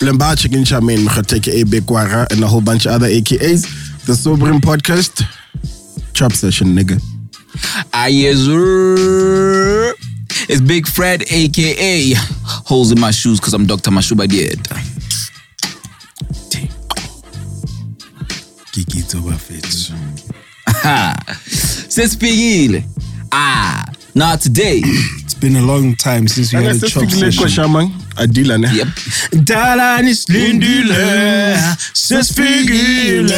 Lemba, check in Charmaine Mukhat, aka e Bekwara, and a whole bunch of other AKAs. The Sobering Podcast. Chop session, nigga. Ah, yes, sir. It's Big Fred, aka Holes in My Shoes, because I'm Dr. Mashuba Diet. Kikito Buffett. Sespigil. Ah, now today. It's been a long time since we had a chop session. Adila, ne? yep. Dalani slindile, sesfigile.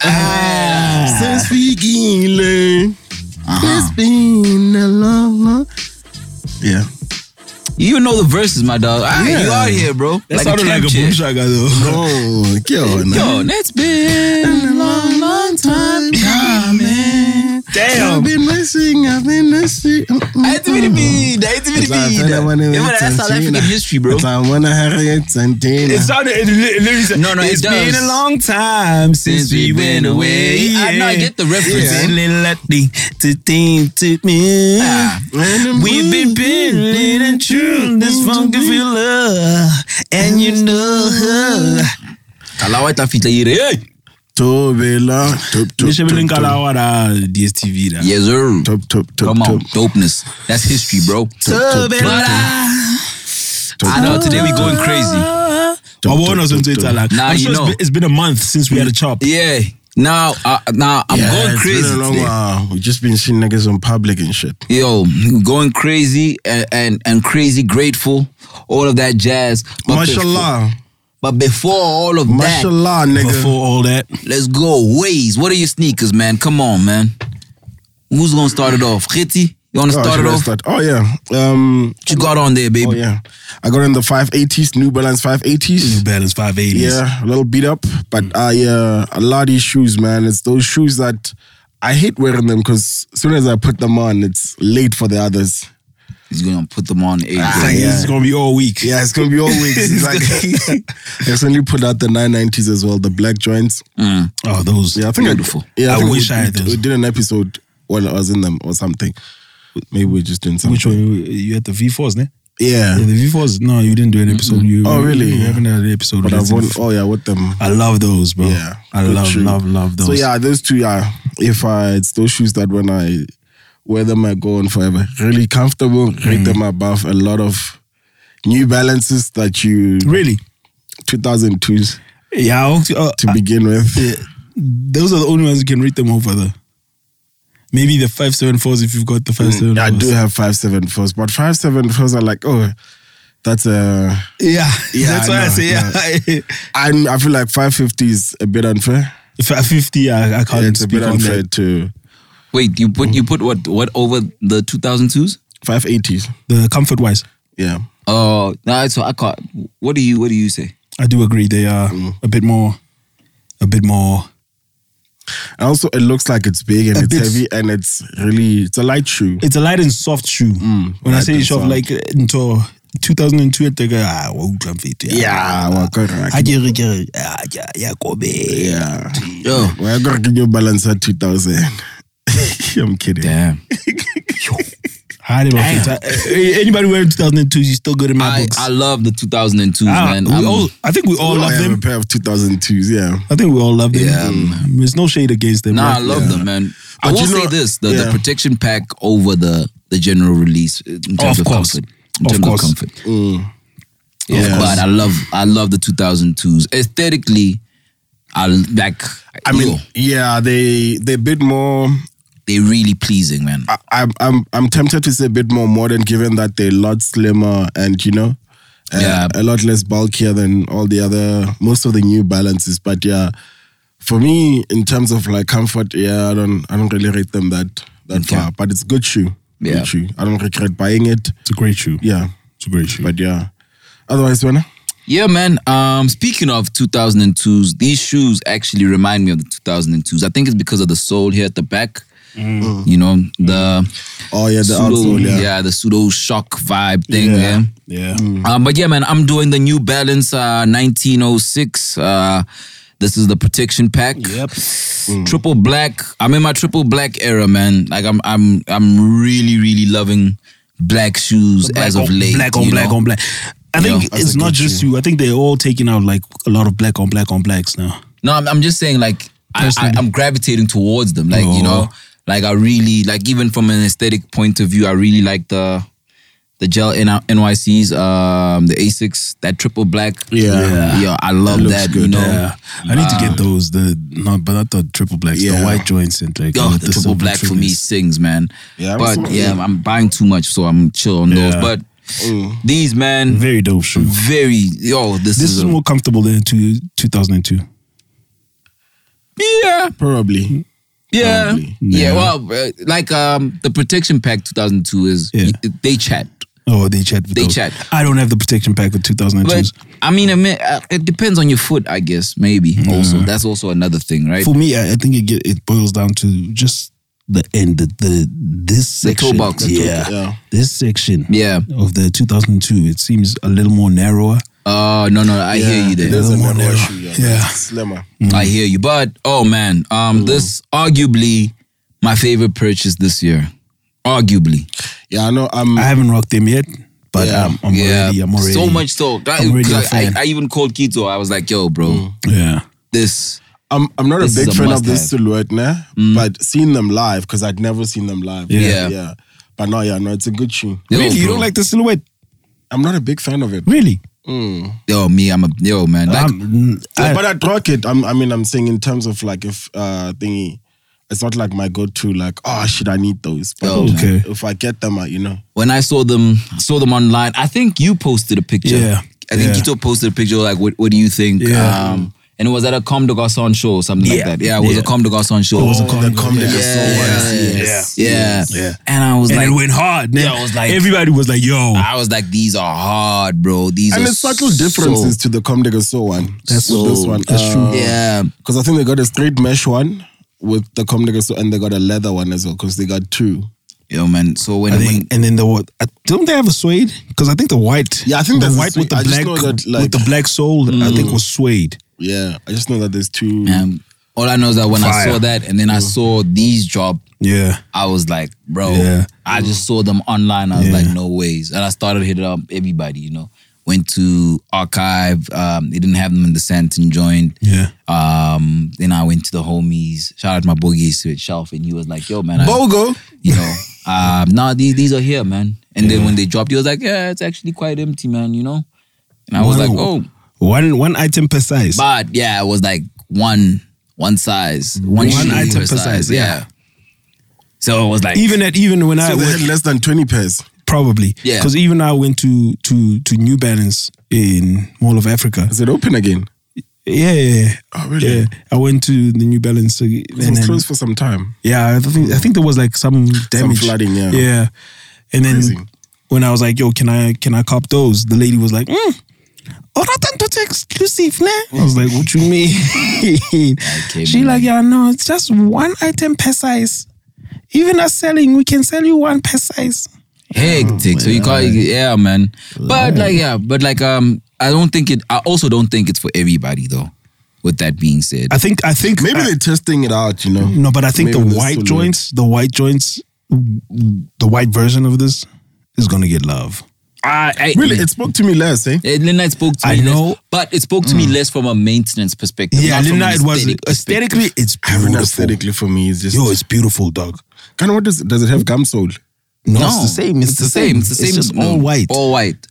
Hey. Ah. Since beginning, it's been a long, long. Yeah. You know the verses, my dog. Ah, Yeah. You out here, bro. That a sounded like camp a chick. boom shaka though. Oh, ke yona. Yo, that's been a long, long time coming. I've been missing, I've been missing. That's really me. That's really me. Remember, that's South African history, bro. I wanna hurry it and dinner. It sounded, it li- literally said, No, no, it it's been does. a long time since, we've been away. I know, I get the reference. It's only lucky to think to me. Ah. We've been bending and true this funky feel love, uh, and you know her. Kalawa e tla fihla e re, "Hey." Tobela, top, top, Leshe beleng ka top, la wa la DSTV da. Yes, sir. top, top, top, Come top, on, dopeness. That's history, bro. top, But I, I know today we going crazy. Wabona so ntse e tsalang. Nah, I'm you sure it's know. been- It's been a month since we had a chop. Yeah. Now, uh, now I'm Yeah, going it's crazy Been a long today. while. We've just been seeing niggas on public and shit. Yo, going crazy and, and and crazy grateful, all of that jazz. But befo- Mashallah, but before all of that, mashallah, nigga. Before all that, let's go ways. What are your sneakers, man? Come on, man. Who's gonna start it off? Khiti, you wanna Oh, start should it I off? start? oh yeah. Um, What you got on there, baby? oh yeah. I got in the 580s, New Balance 580s. New Balance 580s. Yeah, a little beat up, but I uh, I love these shoes, man. It's those shoes that I hate wearing them because as soon as I put them on, it's late for the others. He's gonna put them on. AJ. Ah, It's like, this is gonna be all week. Yeah, it's gonna be all weeks. It's like I recently put out the 990s as well, the black joints. Oh, those. Yeah, I think Beautiful. I, yeah, I think wish we, I had we- those. We did an episode while I was in them or something. Maybe we're just doing something. Which one? You- You had the V4s, ne? Yeah, Yeah, the V4s. No, you didn't do an episode. You, Oh, really? You haven't had an episode. but with I've the won. V4s. Oh yeah, with them. I love those, bro. Yeah, I good love, shoe. love, love those. So yeah, those two. Yeah, if I it's those shoes that when I wear them, I go on forever. Really comfortable. Rate Mm. them above a lot of New Balances that you Really? 2002s Yeah. I want to- uh, to begin with. uh, those are the only ones you can read them over though. Maybe the 574s if you've got the 574s. Mm, I do have five seven fours, but five seven fours are like oh, that's a. Yeah. Yeah, That's I why I know, say, yeah. I'm, I feel like five fifty is a bit unfair. If at 50, I, I can't it's a speak bit on unfair that. to Wait, you put you put what what over the 2002s? five eighties. The comfort wise, Yeah, Oh, nah, so I can't. What do you what do you say? I do agree they are Mm. a bit more, a bit more. and also it looks like it's big and A it's bit- heavy and it's really it's a light shoe. It's a light and soft shoe. when I Mm, light say and soft, soft. like uh, into 2002, I think, ah, wow, fit. yeah, Ah, well, correct. I get it, get it. Ah, yeah, yeah, Kobe. Yeah. Yo, Well, I gotta give you a balance at 2000. I'm kidding. damn. Hide it, my fit. Eh, Anybody wearing 2002, you still good in my I, books. I love the 2002s, Ah, man. we I'm- all- I think we all I love have a them. pair of 2002s, yeah. I think we all love them. Yeah, Mm. There's no shade against them. nah, right? I love Yeah. them, man. I But will you say know- this: the, the yeah. protection pack over the the general release uh, in terms of, course. comfort. In Of terms course. of comfort, yeah, Of course. but I love I love the 2002s aesthetically. I l- like. I mean, yo, yeah, they they're a bit more. they're really pleasing, man. I, I'm I'm I'm tempted to say a bit more modern, given that they're a lot slimmer and you know, uh, Yeah. a lot less bulkier than all the other most of the New Balances. But yeah, for me, in terms of like comfort, yeah, I don't I don't really rate them that that Okay. far. But it's good shoe, Yeah. good shoe. I don't regret buying it. It's a great shoe. Yeah, It's a great shoe. but yeah. Otherwise, when Yeah, man. Um, speaking of 2002s, these shoes actually remind me of the 2002s. I think it's because of the sole here at the back. You know the oh yeah, Mm. the pseudo, outsole, yeah. yeah. the pseudo shock vibe thing. Yeah. Yeah. yeah. Um, but yeah, man, I'm doing the New Balance uh, 1906. Uh, this is the protection pack. Mm. Yep. Triple black. I'm in my triple black era, man. Like I'm, I'm, I'm really, really loving black shoes black as on, of late. Black on you black know? on black. I You think know, that's it's a not good just you. I think they're all taking out like a lot of black on black on blacks now. No, I'm, I'm just saying like I, I, Personally. I'm gravitating towards them. Like you Oh. know, like I really like even from an aesthetic point of view, I really like the the gel N- NYCs, um, the Asics, that triple black. Yeah. yeah, I love It looks that. you good, know, Yeah, I need to get those. The not, but not the triple blacks. The Yeah. white joints and like Yo, uh, the triple silver black for me trimmings. sings, man. Yeah, I'm but seeing yeah, it. I'm buying too much, so I'm chill on those. Yeah. But these man, Very dope shoe. very yo, this, This is a- more comfortable than two, 2002. yeah, Probably. yeah, Probably. yeah. Yeah. Well, uh, like um, the protection pack 2002 is Yeah. they chat. Oh, they chat. With They those. chat. I don't have the protection pack with 2002s. But I mean, I mean, uh, it depends on your foot, I guess. Maybe also that's also another thing, right? for me, I, I think it get, it boils down to just the end, the, the this section, toolbox. The tool- yeah, yeah. this section, Yeah. of the 2002. It seems a little more narrower. Oh no, no, I hear you there. There's Yeah. another Yeah. issue. Yeah. Yeah. Slimmer. Mm. I hear you. But oh man, um, this arguably my favorite purchase this year. Arguably, Yeah, I know. I'm. I haven't rocked them yet, but Yeah. um, I'm yeah, already, I'm already so much so. That- I'm already Hmm. a like, I, fan. I even called Kito. I was like, "Yo, bro, Yeah, this I'm, I'm not a This is big a fan of must this have. Mm. silhouette, nah, but seeing them live, because I'd never seen them live. Yeah. Yeah. But no, yeah, no, it's a good tune. yo, really, you bro. don't like the silhouette, I'm not a big fan of it. really? Mm. yo me. I'm a yo man. Like, Um, I- but I'd rock it. I'm, I mean, I'm saying in terms of like if uh thingy, it's not like my go to, like, oh, should I need those? But Oh, like, okay. if I get them, I, you know. when I saw them, saw them online. I think you posted a picture. Yeah, I think yeah. Kito posted a picture. Like, what, what do you think? Yeah. Um, and it was at a Comme de Garçon show or something like Yeah. that. Yeah, it was a Yeah. Comme de Garçon show. It was a Oh, the Condé, Condé yeah. Garçon, yeah, I see, yeah, yes, yeah, yes, yeah. And I was and like, it went hard. Yeah, man. I was like- everybody was like, "Yo, I was like, these are hard, bro. These And are it's subtle so- differences to the Comme des Garçons one. That's So true. this one. That's true. Yeah, Because I think they got a straight mesh one with the Comme des Garçons and they got a leather one as well because they got two. yo, man. So when, I when think, and then the what? I- Don't they have a suede? Because I think the white, Yeah, I think the that's a white suede. with the I just black know that, like- with the black sole. I think was suede. Yeah. I just know that there's two. um, all I know is that when I Fire. saw that, and then I saw these drop, Yeah, I was like, bro, Yeah. I just saw them online. I was Yeah. like, no ways. And I started hitting up everybody, you know. Went to archive. Um, they didn't have them in the scent and joined. yeah. Um, then I went to the homies. Shout out to my boogie to shelf, and he was like, "Yo, man, I, Bogo. you know, um, nah, these these are here, man." And then when they dropped, he was like, "Yeah, it's actually quite empty, man," you know. And I was Wow. like, "Oh, One one item per size. but yeah, it was like one one size, one, One shoe item per size, yeah. So it was like even at even when I So they had went, less than 20 pairs. probably Yeah. because even I went to to to New Balance in Mall of Africa. Is it open again? Yeah, yeah, yeah. Oh, really? Yeah, I went to the New Balance. uh, And It was then- closed for some time. yeah, I think I think there was like some damage, flooding, yeah. yeah. And then Crazy. when I was like, "Yo, can I can I cop those?" The lady was like, mm, "Oh, that not exclusive, nah." I was like, "What you mean?" came she in like, "Yeah, no, it's just one item per size. Even us selling, we can sell you one per size." hectic. so you Oh, can't, yeah, man. But like, yeah, but like, um, I don't think it. I also don't think it's for everybody though. With that being said, I think I think Maybe I- they're testing it out, you know? uh, No, but I think Maybe the that's white too late. joints, the white joints, the white version of this is gonna get love. I, I Really? It spoke to me less, eh? And then it spoke to me. I know. Mm. less, but it spoke to me less from a maintenance perspective. Yeah, not from Lina, an it was aesthetic perspective. aesthetically, it's I haven't beautiful. aesthetically for me. It's just. Yo, it's beautiful, dog. kind of what does, does it have gum sole? No, No, it's the same. It's, the same. It's the same. just no, all white. All white.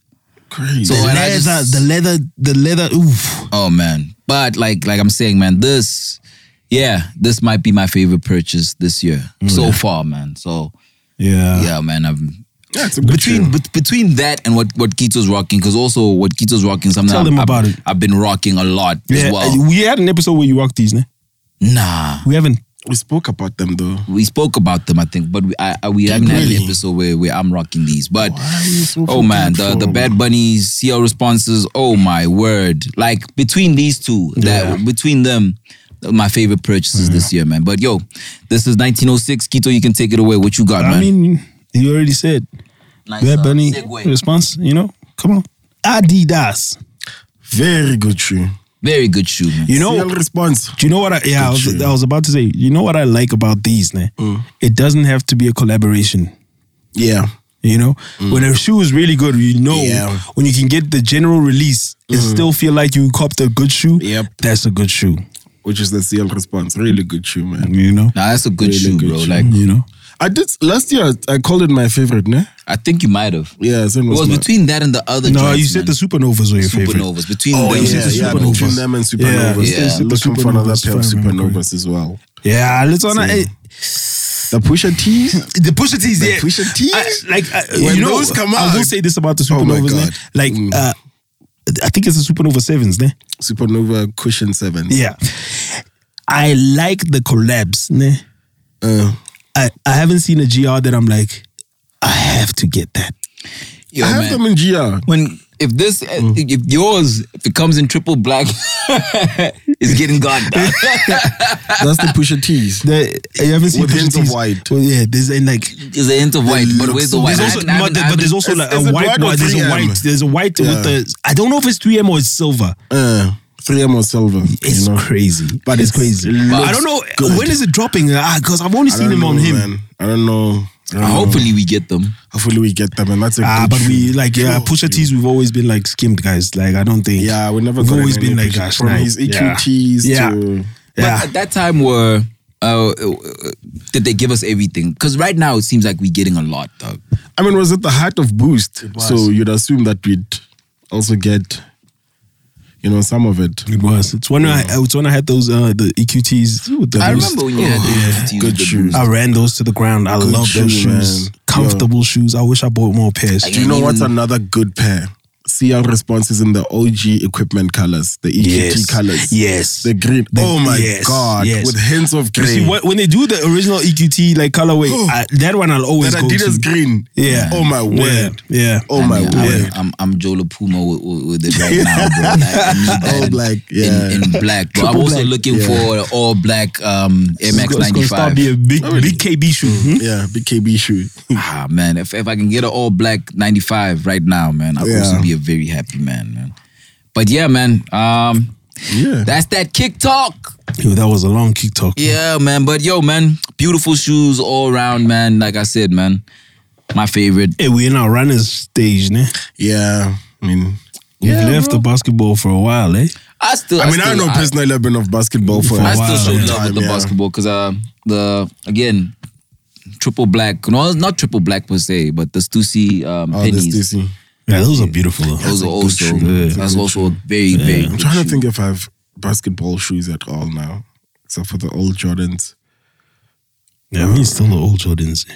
Crazy. So the and I leather, just- the leather, the leather. Oof. Oh man. But like like I'm saying, man, this yeah, this might be my favorite purchase this year so far, man. So Yeah. yeah, man, I'm yeah, it's a good between tune. bet- between that and what what Kito's rocking, because also what Kito's rocking, something Tell I've, them about I've, it. I've been rocking a lot as well. uh, We had an episode where you rocked these, ne? nah, We haven't. We spoke about them, though. we spoke about them, I think, but we I, I, we haven't had an Really? episode where, where I'm rocking these. But Why are you so oh man, the forgetful? the Bad Bunnies CL responses. Oh my word! Like between these two, that between them, my favorite purchases Mm-hmm. this year, man. But yo, this is 1906 Quito. You can take it away. What you got, man? I mean, you already said nice, Bad uh, Bunny segue. response. You know, come on, Adidas. Very good tune. Very good shoe, man. You know, CL response. Do you know what I? Yeah, I Good was, shoe. I was about to Mm. say. You know what I like about these, man? It doesn't have to be a collaboration. Yeah. You know, Mm. when a shoe is really good, you know Yeah. when you can get the general release and Mm. still feel like you copped a good shoe. Yep. that's a good shoe. which is the CL response. Really good shoe, man. You know, Nah, that's a good Really shoe, good bro. shoe. Like you know. I did last year. I called it my favorite, ne? I think you might have. Yeah, so it It was, was my- between that and the other. No, joints, you said man. the supernovas were your favorite. supernovas. Between Oh, them, yeah, said the yeah, Supernovas. between them and supernovas. Yeah, yeah. Yeah, looking for another pair of Supernovas, if I remember supernovas as well. Yeah, let's on eh, The Pusha T's. the Pusha T's. The yeah. Pusha T's? I- like I- When you know, those come I will out. say this about the Oh my supernovas. ne? God. Like Mm. uh, I think it's the supernova sevens. Ne? Supernova Cushion 7. Yeah, I like the collabs. Ne? Uh, I, I haven't seen a GR that I'm like, I have to get that. Yo, I have man. them in GR. when if this eh, Mm. if yours if it comes in triple black, it's getting gone. dog. That's the Pusha T's. The, you haven't seen With Pusha hints of T's? white. Well, yeah, there's and like It's a hint of white, but where's the white? there's I also, haven't- I but, haven't- I but there's haven't- also Is- like is a it white white or one. There's a 3M? white. There's a white with Yeah. the I don't know if it's 3M or it's silver. Uh, 3M or Silver. It's you know? crazy, But it's it's- crazy. it looks I don't know good. when is it dropping. Ah, because I've only I seen don't them know, on him. man. I don't know. I don't know. Hopefully we get them. Hopefully we get them, and that's a Ah, good but we shoe. like yeah, Pusha T's. We've always been like skimmed guys. Like I don't think. Yeah, we never. We've got always any been like Pusha- gosh, from nice. his EQTs Yeah. to Yeah. But at that time were uh, uh, did they give us everything? Because right now it seems like we're getting a lot, dog. I mean, was it the height of Boost? was. So you'd assume that we'd also get, you know, some of it. It was. It's when I it's when I had those uh the EQTs with the I most- remember when you had the good shoes. I ran those to the ground. I Good love those shoe, shoes. man. Comfortable shoes. I wish I bought more pairs. I Do you know And what's Mm. even- another good pair? CL responses in the OG equipment colors, the EQT Yes. colors. Yes. The green. The- oh my yes, God. yes. With hints of You green. see, what, when they do the original EQT like colorway, I, that one I'll always that go Adidas to. green. Yeah. Oh my word. Yeah, yeah. Oh my word. I'm, I'm Joe Lapuma with, with, with it right now, bro. Like, I need that All in- black, yeah. in, in black. But I'm Triple also black, looking yeah. for an all black um, It's gonna- it's gonna start MX95. be a big, big KB shoe. Hmm? Yeah. BKB shoe. Ah man, if, if I can get an all black 95 right now, man, I'll Yeah. also be a very happy man, man. But yeah, man, um, Yeah. that's that kick talk. Yo, that was a long kick talk. Yeah, man. But yo, man, beautiful shoes all around, man. Like I said, man, my favorite. Hey, we're in our runners stage, nah. yeah. I mean, We've Yeah, left bro. the basketball for a while, eh? I still, I mean, I still- know personally I've been off basketball for, For a I a still while. show yeah. love with the Time, yeah. basketball because uh, the again triple black. No, not triple black per se, but the Stussy um, Oh, this pennies. DC. Yeah, those are beautiful. though. Those are a good also shoe. Yeah. that's also a very very. I'm good trying shoe. to think if I have basketball shoes at all now, except for the old Jordans. Yeah, I mean, it's still the old Jordans.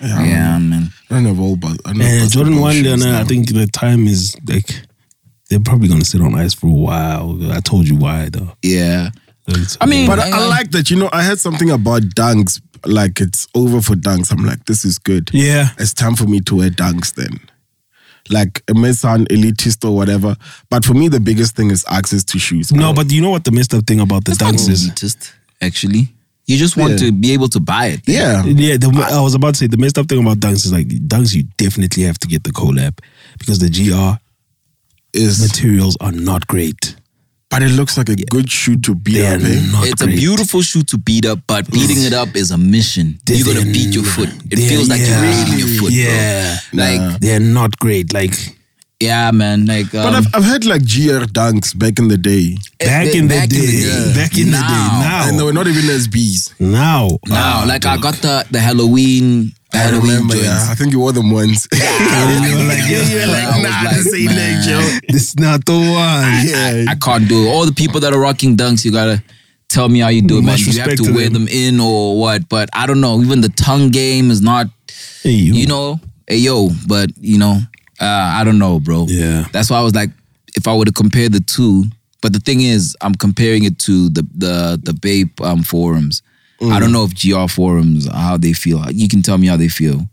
Yeah. Yeah, man. I don't have all, but I don't have Yeah, Jordan basketball 1, shoes then now. I think the time is like, they're probably going to sit on ice for a while. I told you why, though. Yeah. It's- I mean- But I, I Yeah. like that. You know, I heard something about dunks. Like it's over for dunks. I'm like, this is good. yeah. It's time for me to wear dunks then. Like it may sound elitist or whatever, but for me the biggest thing is access to shoes. No, but you know what the messed up thing about the It's not dunks is? elitist, actually. You just want Yeah. to be able to buy it. yeah, Yeah, the, I, was about to say the messed up thing about dunks is like dunks. You definitely have to get the collab because the GR is materials are not great. but it looks like a good shoe to be They are up. eh? not It's great. a beautiful shoe to beat up, but beating it up is a mission. They- You're gonna they're beat your n- foot. It they're- feels like yeah. you're beating your foot. Yeah. Bro. Like, They're not great. Like yeah, man. Like, um, But I've, I've had like GR dunks back in the day, it- back, it- in, the Eh, back day, day. back in Now. and they the were not even SBs. day, now, now, Now, like, I got the the Halloween, the I Halloween remember. joints. Yeah, I think you wore them once. And you're like, yeah, yeah, like, I was nah, like, this ain't man, like, yo. this is not the one. yeah, I can't do it. All the people that are rocking dunks, you gotta tell me how you do it, man. Much You have respect to, to wear them. them in or what? But I don't know. Even the tongue game is not. Hey, you, you know, know, hey yo, but you know, uh, I don't know, bro. Yeah. That's why I was like, if I were to compare the two, but the thing is, I'm comparing it to the the the Bape um, forums. I don't know if GR forums how they feel. You can tell me how they feel.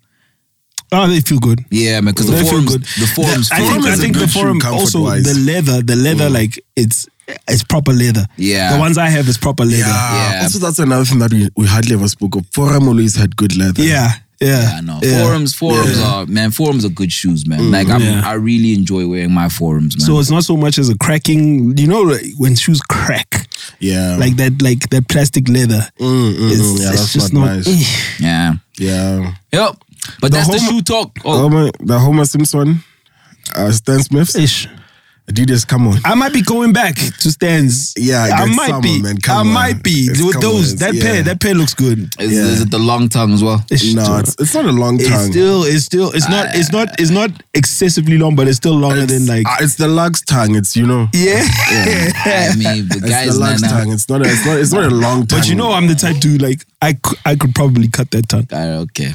oh, they feel good. Yeah, man, because the They feel forums, good. the forums, I think, forum I is a think the good shoe forum comfort also wise. the leather, the leather, like it's it's proper leather. Mm. Yeah. the ones I have is proper leather. Yeah. Yeah. Also, that's another thing that we, we hardly ever spoke of. Forum always had good leather. Yeah, yeah. Mm, Yeah, no. Forums, forums are man. Forums are good shoes, man. like I'm, yeah. I really enjoy wearing my forums, man. So it's not so much as a cracking. You know, like, when shoes crack, Yeah. like that, like that plastic leather. Mm, mm, mm. It's, yeah, it's that's just not not. nice. yeah, yeah. yep. But The that's the Homer- shoe talk. The, Oh, Homer, the Homer Simpson, uh, Stan Smiths, Ish. Adidas, come on. I might be going back to stands. Yeah, I against might summer, be. man, come I on. might be It's come with those. on, that yeah. pair. That pair looks good. is, yeah. is it the long tongue as well? Ish. No, it's, it's not a long It's tongue. still, it's still, it's not, it's not, it's not excessively long, but it's still longer it's, than like, uh, it's the lux tongue. It's you know, yeah. I mean, the it's guys uh, the nah, lux nah. tongue. It's not. A, it's not. It's not a long tongue. But you know, I'm the type to like, I, cou- I could probably cut that tongue. Ah, okay.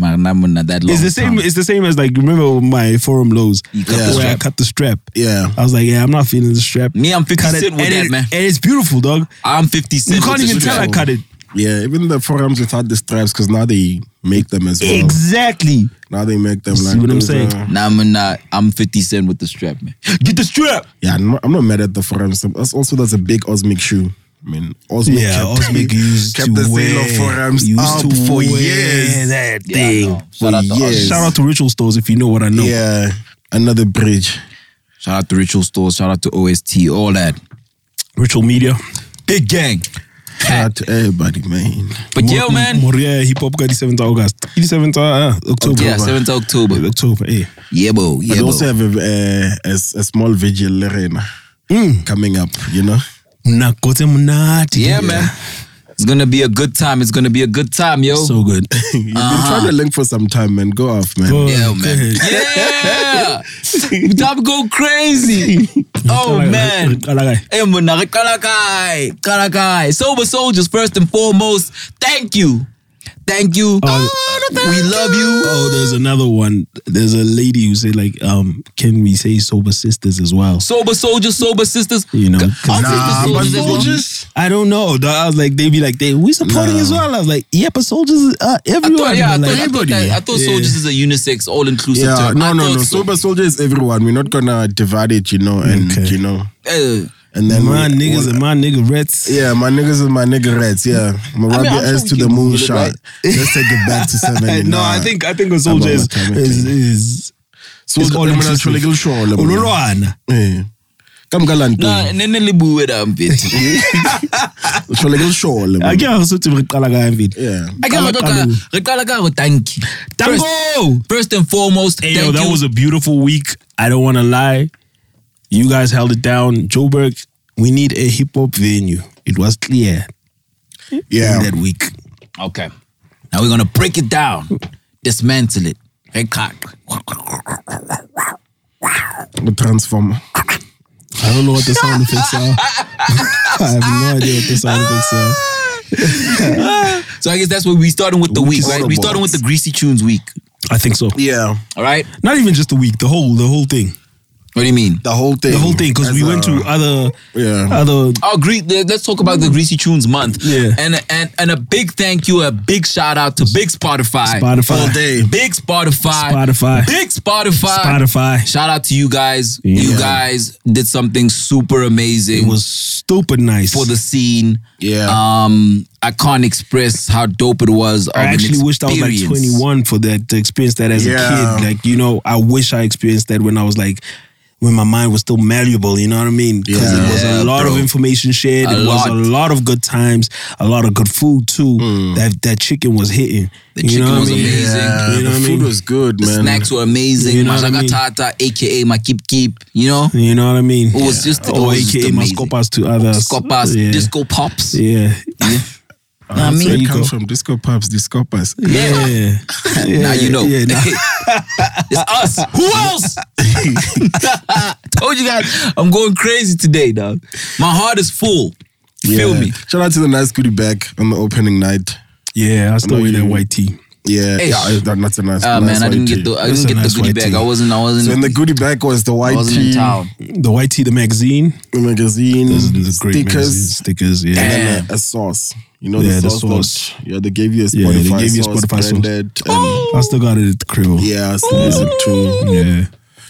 Man, I'm not that long. It's the same. tongue. It's the same as like remember my forum lows You cut the where I strap. cut the strap. yeah. I was like, yeah, I'm not feeling the strap. Me, I'm 50 Cut it, Cent with and that, it- man. And it's beautiful, dog. I'm 50 Cent. you can't with even the tell I strap. cut it. Yeah, even the forums without the straps, because now they make them as well. Exactly. Now they make them See like. what I'm those, saying? uh, Nah, I'm not. I'm 50 Cent with the strap, man. Get the strap. yeah, I'm not, I'm not mad at the forums. That's also that's a big Osmic shoe. I mean, Osmic Yeah, kept, Osmic used kept to the wear- sale of forums used up to for wear years. That Yeah, I thing. know. Shout out to For years. us. Shout out to Ritual Stores if you know what I know. Yeah, another bridge. Shout out to Ritual Stores. Shout out to OST. All that. Ritual Media. Big gang. Shout out to everybody, man. But yo, Mor- man. Moria Hip Hop Guy 7th August. 7th uh, October. Yeah, 7th October. October. Eh. Yeah, bro. But Yeah, bro. also have a, a, a, a small vigil arena Hmm. coming up, you know? Nakote Munati. Yeah, man. It's gonna be a good time. It's gonna be a good time, yo. So good. You've been trying to link for some time, man. Go off, man. Uh-huh. Go- yeah, Go man. Yeah. Top go crazy. Oh man. Kalagai. Eh, mona, re qala kae? Qala kae? Sober soldiers, first and foremost, thank you. Thank you. we love you. Oh, there's another one. There's a lady who said like, um, can we say sober sisters as well? Sober soldiers, sober sisters. You know, I'll 'cause- take Nah, but the soldiers as well. soldiers. I don't know. dawg. I was like, they be like, they we supporting Nah. as well. I was like, yeah, but soldiers, uh, I everyone. thought, yeah, I but, thought, like, I thought, that- I thought Yeah. soldiers is a unisex, all inclusive Yeah, term. I no, no, thought no. so. Sober soldier is everyone. We're not gonna divide it, you know, and Okay. you know, Eh, and then My we- niggas we- and my nigga rats. yeah, my niggas and my niggerettes. Yeah, I'm gonna I rub mean, your I'm ass sure to we the can moon Google it, shot. right? Let's take it back to seven. no, I think I think a soldier is I'm a is, is soldier. all I'm gonna inclusive. show you a show, let me know. Ululwana. Eh. Come Nah, galanto. nene libuwe da mfethu. Show like a show, let me know. Ake ha so tse re qala ka yang pele. Yeah. I can re qala ka go thank you. Tango! First- First and foremost, Hey, thank yo, that you. was a beautiful week. I don't want to lie. You guys held it down. Joburg, we need a hip hop venue. It was clear in Yeah. that week. Okay. Now we're gonna break it down, dismantle it. Hey, cock. Transformer. I don't know what the sound effects are. I have no idea what the sound effects are. So I guess that's what we starting with the Which week, is right? all We about. starting with the greasy tunes week. I think so. Yeah. All right. Not even just the week, the whole, the whole thing, What do you mean? The whole thing. the whole thing. Because As we a- went to other, Yeah. other. Oh, gre- let's talk about the Greasy Tunes month. Yeah. And, and and a big thank you, a big shout out to Big Spotify. Spotify. All day. Big Spotify. Spotify. Big Spotify. Spotify. Shout out to you guys. You Yeah. guys did something super amazing It was stupid nice. for the scene. Yeah. Um, I can't express how dope it was. of I an actually wished I was like experience. 21 for that to experience that as Yeah. a kid. Like, you know, I wish I experienced that when I was like, when my mind was still malleable, you know what I mean? Because it was Yeah, a lot bro. of information shared. A it lot. was a lot of good times, a lot of good food too. That that chicken was hitting. The you chicken know what I was mean? amazing. Yeah, You know the what I food mean? was good, The man. snacks were amazing. You know what I mean? Mashakatata, aka my keep keep. You know, You know what I mean? It was just- it or was just AKA my amazing. scopas to others. scopas, Yeah. disco pops. Yeah. Uh, Nah, that's me- where it There you comes go. from disco pubs, disco pubs. Yeah. Yeah. yeah. Now you know. Yeah, nah. it's us. Who else? Told you guys, I'm going crazy today, dog. My heart is full. You feel Yeah. me? Shout out to the nice goodie bag on the opening night. yeah, I still know wear that you- white tee. Yeah, Hey. yeah, that- that's a nice. Ah nice man, I white didn't get tee. the I That's didn't a get nice the goodie white bag. tee. I wasn't. I wasn't. So in the goodie bag was the I white wasn't tee, in town. The white tee, the magazine. the magazine, Those are the great stickers, magazines, stickers. Yeah. and then Damn. a, a sauce. You know Yeah, the the sauce. sauce. That, yeah, they gave you a Yeah, they Spotify gave you a sauce. Spotify sauce. branded, and, I still got it at the crib. Mm. yeah, so there's a two. Yeah.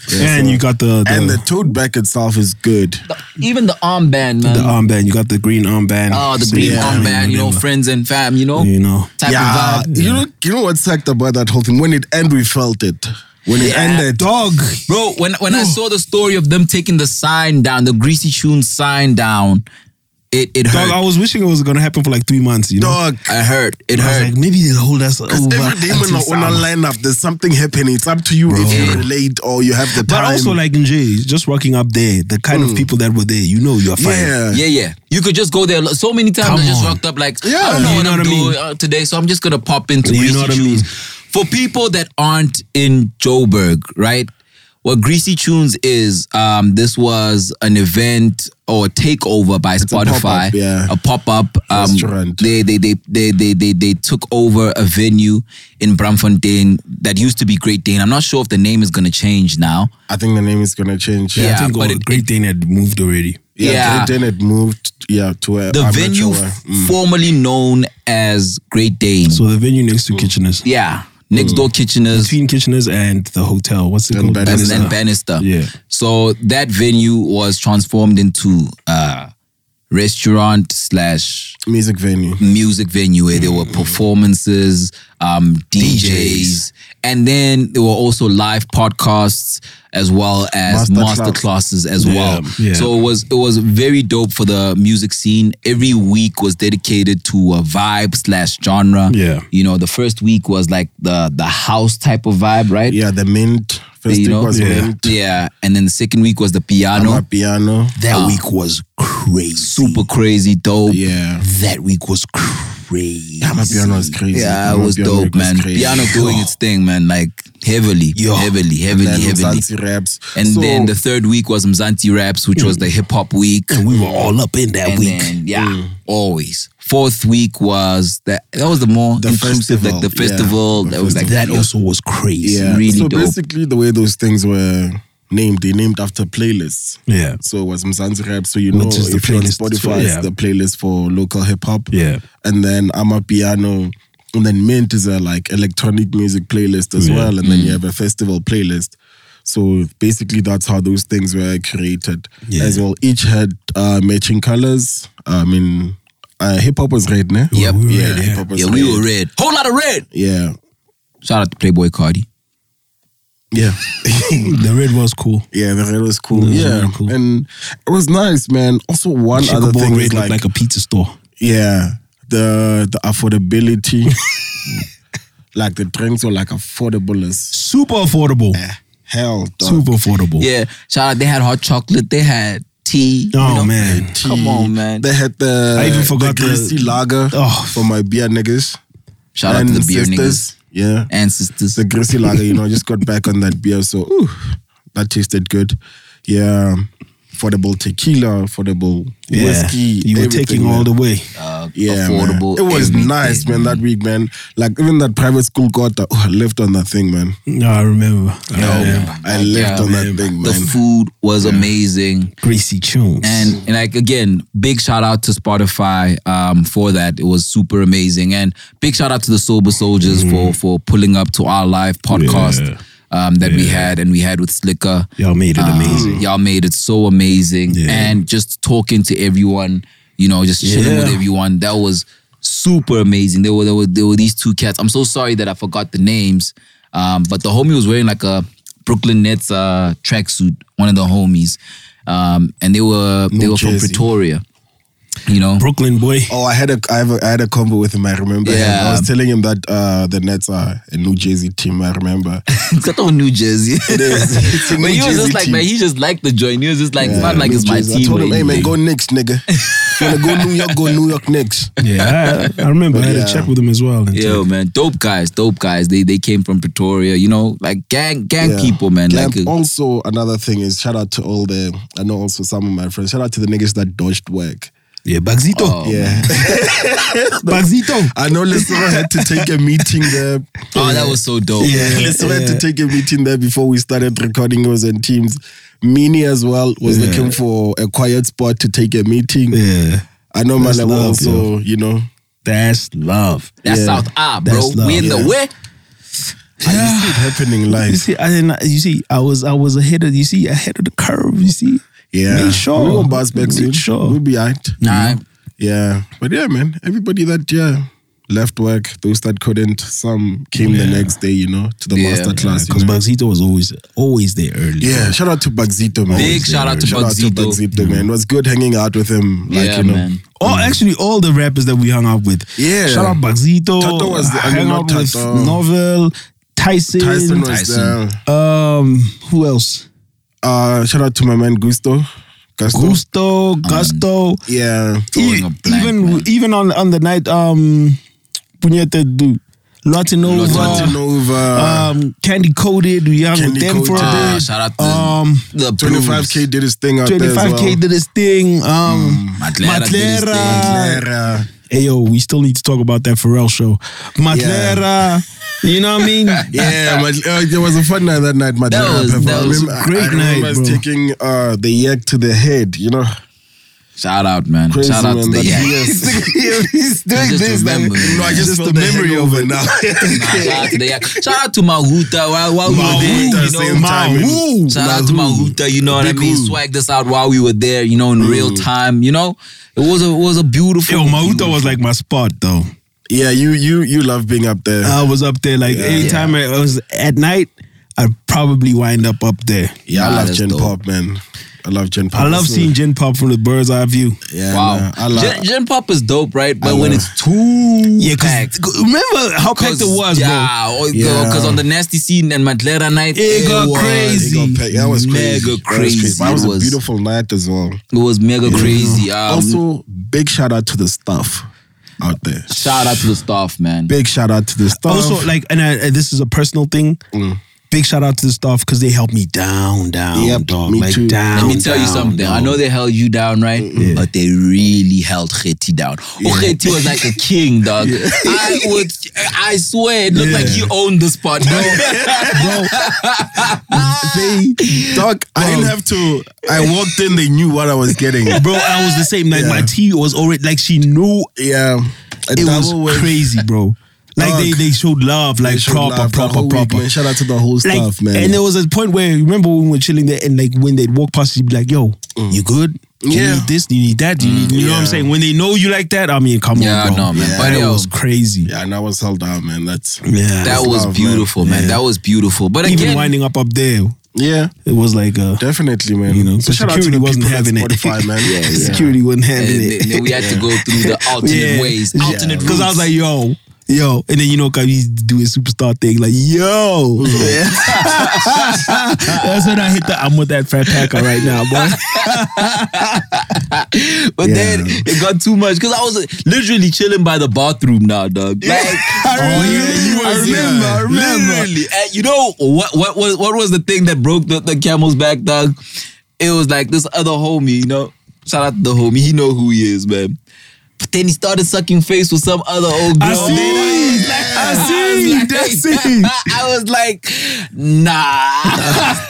and so- you got the, the, And the the, tote bag itself is good. Even the armband, man. armband. You got the green armband. oh, the So, green yeah, I mean, armband. You know, whatever. friends and fam. You know, You know. type yeah, of vibe. you know, you know what sucked about that whole thing? When it ended, we felt it. When it Yeah. ended, Dog. Bro, when when I saw the story of them taking the sign down, the greasy tune sign down, It it Dog, I hurt. was wishing it was gonna happen for like three months. You know, Dog, I hurt. It I was hurt. like, maybe they'll hold us over. every day when until on a summer. lineup, there's something happening. It's up to you if you relate or you have the But time. Mm. also, like in Jay, just rocking up there, the kind of people that were there, you know, you are fine. yeah. Yeah, yeah. You could just go there. So many times Come I just on. rocked up like, Yeah. I don't know You what know I'm what I mean? doing uh, today, so I'm just gonna pop into You Greasy know what I Tunes. mean? For people that aren't in Joburg, right? What Greasy Tunes is, um, this was an event or a takeover by a Spotify, pop-up, yeah. a pop-up. Um, Restaurant. they, they they they they they they took over a venue in Bramfontein that used to be Great Dane. I'm not sure if the name is gonna change now. I think the name is gonna change. I Yeah, think but all- it- Great Dane had moved already. yeah. Yeah. Then it moved, yeah, to mm, where The I'm not venue, sure where. Mm. formerly known as Great Dane. So the venue next Mm. to Kitcheners, Yeah. Next door kitcheners Hmm. between Kitcheners and the hotel, what's it And called? Bannister. and, and Bannister. Yeah. So that venue was transformed into a restaurant slash music venue. music venue where there were Hmm. performances, um, DJs, and then there were also live podcasts as well as Masterclass. master classes as well. yeah. So it was it was very dope for the music scene. Every week was dedicated to a vibe slash genre. Yeah. You know, the first week was like the the house type of vibe, right? Yeah, the mint. First You week know? was Yeah. mint. Yeah, and then the second week was the piano. Ama piano. That Ah. week was crazy. Super crazy, dope. Yeah. That week was crazy. Ama piano was crazy. Yeah, it Ama was piano dope, man. crazy. Piano doing its thing, man. Like heavily, heavily, heavily, Then heavily. Mzansi raps. And So, then the third week was Mzanti Raps, which was the hip hop week. Mm. And we were all up in that And week. then, yeah, always. Fourth week was that. That was the more The inclusive, like festival, the yeah. festival. The that was like that also was crazy. yeah. really so dope. basically, the way those things were named, they named after playlists. Yeah. So it was Mzansi Rap. So you know, Which is the if you're on playlist, Spotify, yeah. it's the playlist for local hip hop. Yeah. And then Ama Piano. And then Mint is a like electronic music playlist as Yeah. Mm. well. And then you have a festival playlist. So basically, that's how those things were created Yeah. as well. Each had uh, matching colors. I mean, uh, hip hop was red, ne? Yep. We were yeah, red, yeah. hip hop was yeah, red. we were red. Whole lot of red. Yeah. Shout out to Playboy Cardi. Yeah. the red was cool. yeah, the red was cool. was yeah. really cool. And it was nice, man. Also, one other Chicago thing red is looked like a pizza store. Yeah. The the affordability. like the drinks were like affordable as Super affordable. hell. Dog. Super affordable. Yeah, shout out. They had hot chocolate. They had tea. Oh you know? man. Tea. Come on, man. They had the I even forgot the the- greasy lager Oh. for my beer niggas. Shout out to the beer niggas sisters. Yeah. and sisters. the greasy lager, you know, I just got back on that beer. So ooh, that tasted good. Yeah. Affordable tequila, affordable Yeah. whiskey. you were everything, taking man. all the way. uh, yeah, affordable. Man. It was everything, nice, man, that week, man. Like even that private school quarter, oh, I left on that thing, man. No, I remember. Uh, Yeah. Oh, I left Yeah, on man. that thing, The man. food was amazing. Greasy tunes. And, and like again, big shout out to Spotify um, for that. It was super amazing, and big shout out to the Sober Soldiers Mm-hmm. for for pulling up to our live podcast Yeah. um, that we had and we had with Slicker. y'all made it Um, amazing. Y'all made it so amazing, Yeah. and just talking to everyone, you know, just chilling Yeah. with everyone. That was super amazing. There were there were there were these two cats. I'm so sorry that I forgot the names, um, but the homie was wearing like a Brooklyn Nets uh, tracksuit. One of the homies, um, and they were they New were from Jersey. Pretoria, you know. Brooklyn boy. Oh, I had a I, have a, I had a combo with him. I remember. him. Yeah. I was telling him that uh, the Nets are a New Jersey team. I remember. it's got on New Jersey. It is. It's a but New he was Jersey just like, team. man, he just liked the joint. He was just like, it's Yeah, not like New it's my Jersey. I team. told him, or hey man, anything." go Knicks, nigga. If you wanna go New York? Go New York Knicks. Yeah, I, I remember. I had Yeah. a chat with him as well. and Yo, man, dope guys, dope guys. They they came from Pretoria, you know, like gang gang Yeah. people, man. Yeah, Like uh, a, also another thing is shout out to all the I know also some of my friends. Shout out to the niggas that dodged work. Yeah, Bagzito. Oh, Yeah. Bagzito. I know Lesotho had to take a meeting there. oh, that was so dope. Yeah. Lesotho had to take a meeting there before we started recording. It was in teams. Mini as well was Yeah. looking for a quiet spot to take a meeting. Yeah. I know That's Malawi love, also, you know. That's love. That's Yeah. South Ah, bro. That's love, we in yeah. the way. I see it happening You live. see, I didn't. You see, I was I was ahead of you see ahead of the curve. You see, Yeah. Make sure. We're gonna bounce back soon. Mm-hmm. Make sure. We'll be all right. Nah, Yeah. But yeah, man. Everybody that yeah left work. Those that couldn't, some came the next day, you know, to the Yeah, master class. Because you know. Baxito was always always there early. yeah, shout out to Bagzito, man. Big shout out to Bagzito. Bagzito, man. It was good hanging out with him. Like, yeah, you know. man. All actually all the rappers that we hung out with. Mm. Yeah. Shout out Baxito. Tato was the- I I mean, hung not out with Tato. Novel, Tyson. Tyson was Tyson. there. um who else? Uh, shout out to my man Gusto. Gusto. Um, Gusto, Gusto. E Yeah. Drawing a blank, even man. even on on the night um Punyete do Latinova. Martin over. Uh, um, candy coated. We hung Uh-huh. Candy with them for a Coated. Ah, bit. shout out to um, the 25K did his thing out there. as 25k well. Mm. did his thing. Um, Matlera did his thing. Matlera. Clara. Hey yo, we still need to talk about that Pharrell show. Matlera, you know what I mean? Yeah, but uh, it was a fun night that night, my That was- that was a great I night, remember us bro. taking uh, the yak to the head, you know. Shout out, man. Crazy shout out man, to the but yeah. yes. He's doing Just this, like- remember, no, I just, Just felt the memory of hangover it. now. Nah, shout out to the yeah. Shout out to Mahuta while, while we were there. Mahuta, You know, same time. Mahu. Shout out to Mahuta, you know what I Big mean? who. Swagged us out while we were there, you know, in real time. You know, it was a it was a beautiful. Yo, Mahuta beautiful- was like my spot though. yeah, you you you love being up there. Uh, I was up there like anytime I was at night, I'd probably wind up up there. yeah, I Nah, love that's Gen dope. Pop, man. I love Gen Pop. I love seeing Gen Pop from the bird's eye view. Yeah, Wow, nah, I love. Gen, Gen Pop is dope, right? But I when love- it's too Yeah, packed, cause remember how packed it was, bro. yeah, bro. Yeah. because on the nasty scene and Matlera night, It got was, crazy. It got packed. That was Mega crazy. That was crazy. That was, It was- a beautiful night as well. Mm-hmm. It was mega crazy. Um, also, big shout out to the staff out there. shout out to the staff, man. Big shout out to the staff. Also, like, and I, and this is a personal thing. Mm. Big shout out to the staff because they helped me down, down, Yep, dog. me like too. down. Let me tell you down, something. I dog. know they held you down, right? But they really held Kheti down. Oh, Kheti was like a king, dog. I would, I swear, it looked like he owned the spot. they dog. I didn't have to. I walked in. They knew what I was getting. um, Bro, I was the same. Like Yeah. my tea was already like she knew Yeah, a it was double win. crazy, bro. Like they, Dog. they showed love, like They showed proper, love the proper, whole week, proper. man. Shout out to the whole like, staff, man. And there was a point where remember when we were chilling there, and like when they'd walk past, you'd be like, "Yo, you good? Do Mm. You Yeah. need this? Do you need that? Do you, need, you know what I'm yeah. saying? When they know you like that, I mean, come Yeah, on, bro. no, man. But But it yo- was crazy. yeah, and I was held down, man. That's Yeah. that was love, man. beautiful, man. That was beautiful. But even again, winding up up there, yeah, it was like uh, definitely, man. You know, so but shout out to security the wasn't people at having it. Spotify, man. Yeah, yeah. security wasn't and having then- it. then eh, we had to go through the alternate ways, alternate Because I was routes. like, yo, yo, and then you know, cause we do a superstar thing, like, yo. That's when I hit the I'm with that fat packer right now, boy. But then it got too much because I was like, literally chilling by the bathroom now, dog. Like, yeah, you was, yeah. Literally. And you know what? What was what was the thing that broke the, the camel's back, dog? It was like this other homie, you know. Shout out to the homie. He know who he is, man. But then he started sucking face with some other old girl. I see. man. I see. That's it. I was like, nah.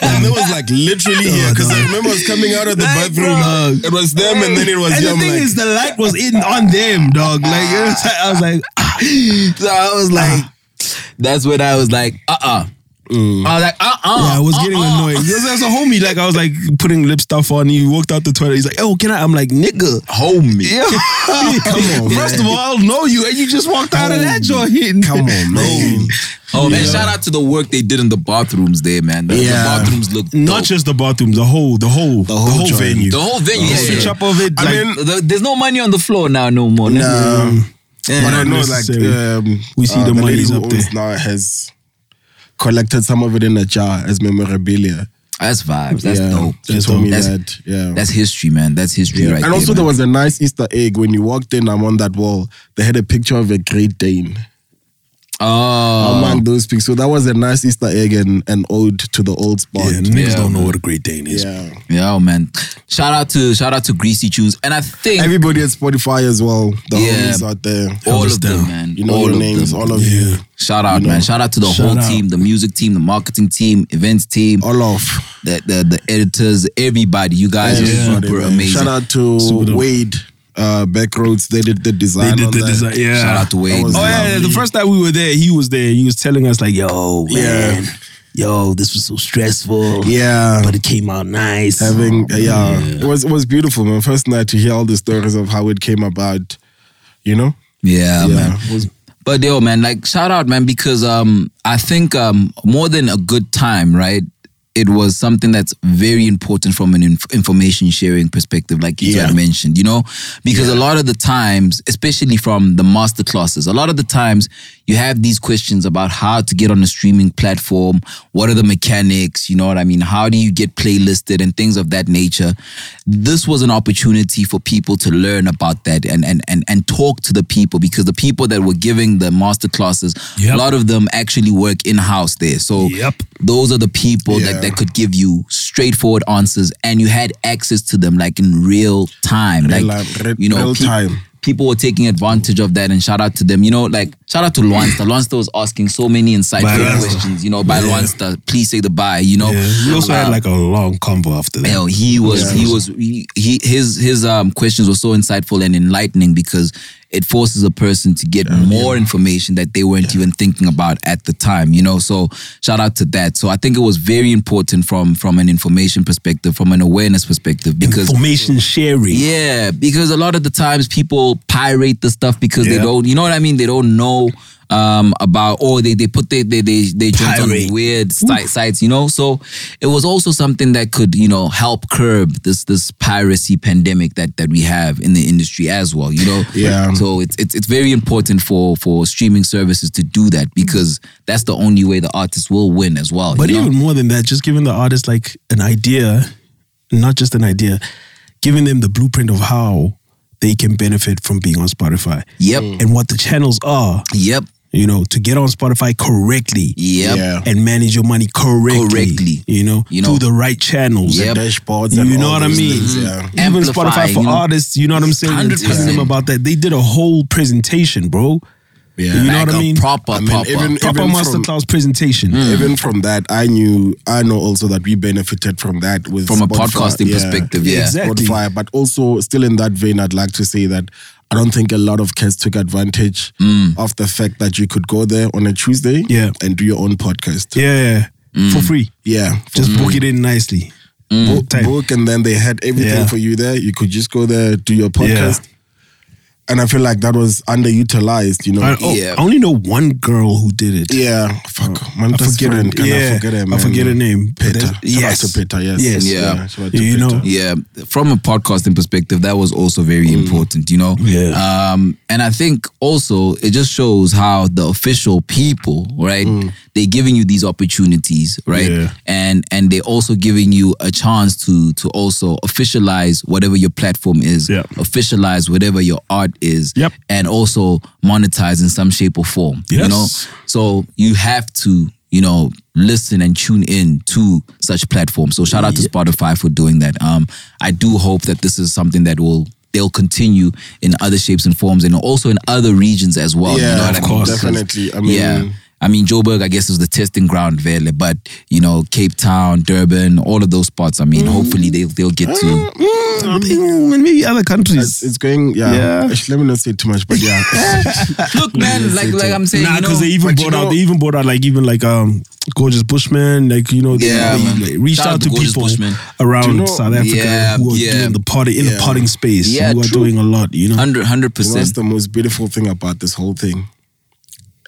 And it was like literally Oh, here because I remember I was coming out of the Like, bathroom. bro. It was them, and then it was And you. the I'm thing like, is, the light was in on them, dog. Like, it was like- I was like, ah, So I was like, that's when I was like, uh uh I was like, uh uh yeah, I was getting annoyed. Because as a homie, like, I was like putting lip stuff on. He walked out the toilet. He's like, oh, can I? I'm like, nigga. Homie. Yeah. Come on, First of all, I don't know you, and you just walked out of that joint. come on, man. Oh man, shout out to the work they did in the bathrooms there, man. The, the Yeah. bathrooms look Not dope. just the bathrooms, the whole, the whole, the whole, whole joint. venue. the whole venue. The yeah, switch yeah. up of it. I like, mean, The- There's no money on the floor now, no more. That's- um, Yeah. But I know, like, Unnecessary. um, We see the money's lady who up there. owns Now has collected some of it in a jar as memorabilia. That's vibes. That's yeah, dope. They told me That's, that. Yeah. that's history, man. That's history right and there. also, there man. was a nice Easter egg when you walked in. I'm on that wall. They had a picture of a Great Dane oh, among those pictures. So that was a nice Easter egg and an ode to the old spot. yeah, Yeah, niggas Yeah, don't know what a Great Dane is. yeah, oh, man. Shout out to shout out to Greasy Chews, and I think Everybody at Spotify as well. The Yeah. homies out there. all us of them, down. man. You know all your of names, them. all of you, Shout out, you know. man. Shout out to the Shout whole out. team, the music team, the marketing team, events team, all of. the the, the editors, everybody. You guys are everybody, super man. amazing. Shout out to Wade uh, Backroads. They did the They design. did on the that. design. Yeah. Shout out to Wade. was Oh man. yeah, yeah, the Lovely. first time we were there, he was there. He was telling us like, "Yo, man, Yeah. yo, this was so stressful, Yeah. but it came out nice." having uh, yeah, it was it was beautiful man first night to hear all the stories of how it came about you know yeah, yeah man. it was But yo, man, like shout out, man, because um, I think um, more than a good time, right? It was something that's very important from an inf- information sharing perspective, like you Yeah. had mentioned, you know, because a lot of the times, especially from the master classes, a lot of the times you have these questions about how to get on a streaming platform, what are the mechanics, you know what I mean? How do you get playlisted and things of that nature? This was an opportunity for people to learn about that and and and, and talk to the people because the people that were giving the master classes, a Yep. lot of them actually work in house there. So Yep. those are the people that, Yeah. that could give you straightforward answers and you had access to them like in real time Real like li- re- you know real peop- time. people were taking advantage of that and shout out to them you know like shout out to Luansta Luansta was asking so many insightful Luansta. questions you know by Luansta please say the bye you know We also Uh, had like a long convo after that. Hell, he was he was he, he his his um questions were so insightful and enlightening because it forces a person to get more information that they weren't even thinking about at the time, you know. So shout out to that. So I think it was very important from from an information perspective, from an awareness perspective, because Information sharing. yeah, because a lot of the times people pirate the stuff because they Yeah. don't, you know what I mean? They don't know um, about, or they, they put their, they, they, they jump on Pirate. weird si- sites, you know? So it was also something that could, you know, help curb this, this piracy pandemic that, that we have in the industry as well, you know? Yeah. So it's, it's, it's very important for, for streaming services to do that because that's the only way the artists will win as well. But you know? even more than that, just giving the artist like an idea, not just an idea, giving them the blueprint of how they can benefit from being on Spotify. Yep. Mm. And what the channels are, Yep. you know, to get on Spotify correctly. Yep. Yeah. And manage your money correctly. Correctly. You know, You know. through the right channels. Yep. Dashboards and You know all what I those mean? Mm-hmm. things, yeah. Even Amplifying, Spotify for you know? artists, you know what I'm saying? And Telling 100%. them about that. They did a whole presentation, bro. Yeah. You know Like what I a mean? Proper, I mean, proper. even- Proper from- Mm. masterclass presentation. Hmm. Even from that, I knew I know also that we benefited from that with from a Spotify, podcasting yeah. perspective, yeah. Exactly. Spotify, but also still in that vein, I'd like to say that I don't think a lot of kids took advantage Hmm. of the fact that you could go there on a Tuesday Yeah. and do your own podcast. Yeah. Mm. For free. Yeah. Mm. Just book it in nicely. Hmm. Book book, time. book and then they had everything Yeah. for you there. You could just go there, do your podcast. And I feel like that was underutilized, you know. I, oh, Yeah. I only know one girl who did it. yeah. Fuck. Man, I that's forget friend. her. Can yeah, I forget her, I man? forget her name. but Peter. that's- Yes. Shout out to Peter, yes. Yes. Yeah. shout out to You know. Peter. Yeah, from a podcasting perspective, that was also very important, you know? Mm. Yeah. Um, and I think also it just shows how the official people, right? They're giving you these opportunities, right? Mm. Yeah. And and they're also giving you a chance to to also officialize whatever your platform is, Yeah. officialize whatever your art is, Yep. and also monetize in some shape or form. You know? Yes. So you have to, you know, listen and tune in to such platforms. So shout out to Spotify for doing that. Um, I do hope that this is something that will they'll continue in other shapes and forms, and also in other regions as Oh, well. you Yeah, know what of I mean? course. Because- Definitely. I mean- yeah. I mean, Joburg, I guess, is the testing ground, really. But you know, Cape Town, Durban, all of those spots. I mean, hopefully they they'll get Uh, to. Mm, and maybe other countries. It's, it's going, yeah. Yeah. Actually, let me not say too much, but yeah. Look, man, like like I'm saying, Nah, you know, because they even but you brought out know- they even brought out like even like um gorgeous Bushman, like you know, they, Yeah, they man. like, reached Shout out out to to Gorgeous people Bushman. around Do you know- South Africa Yeah, who are yeah. doing the party in the Yeah. potting space. Yeah, who are true. doing a lot, you know. hundred hundred percent. What's the most beautiful thing about this whole thing?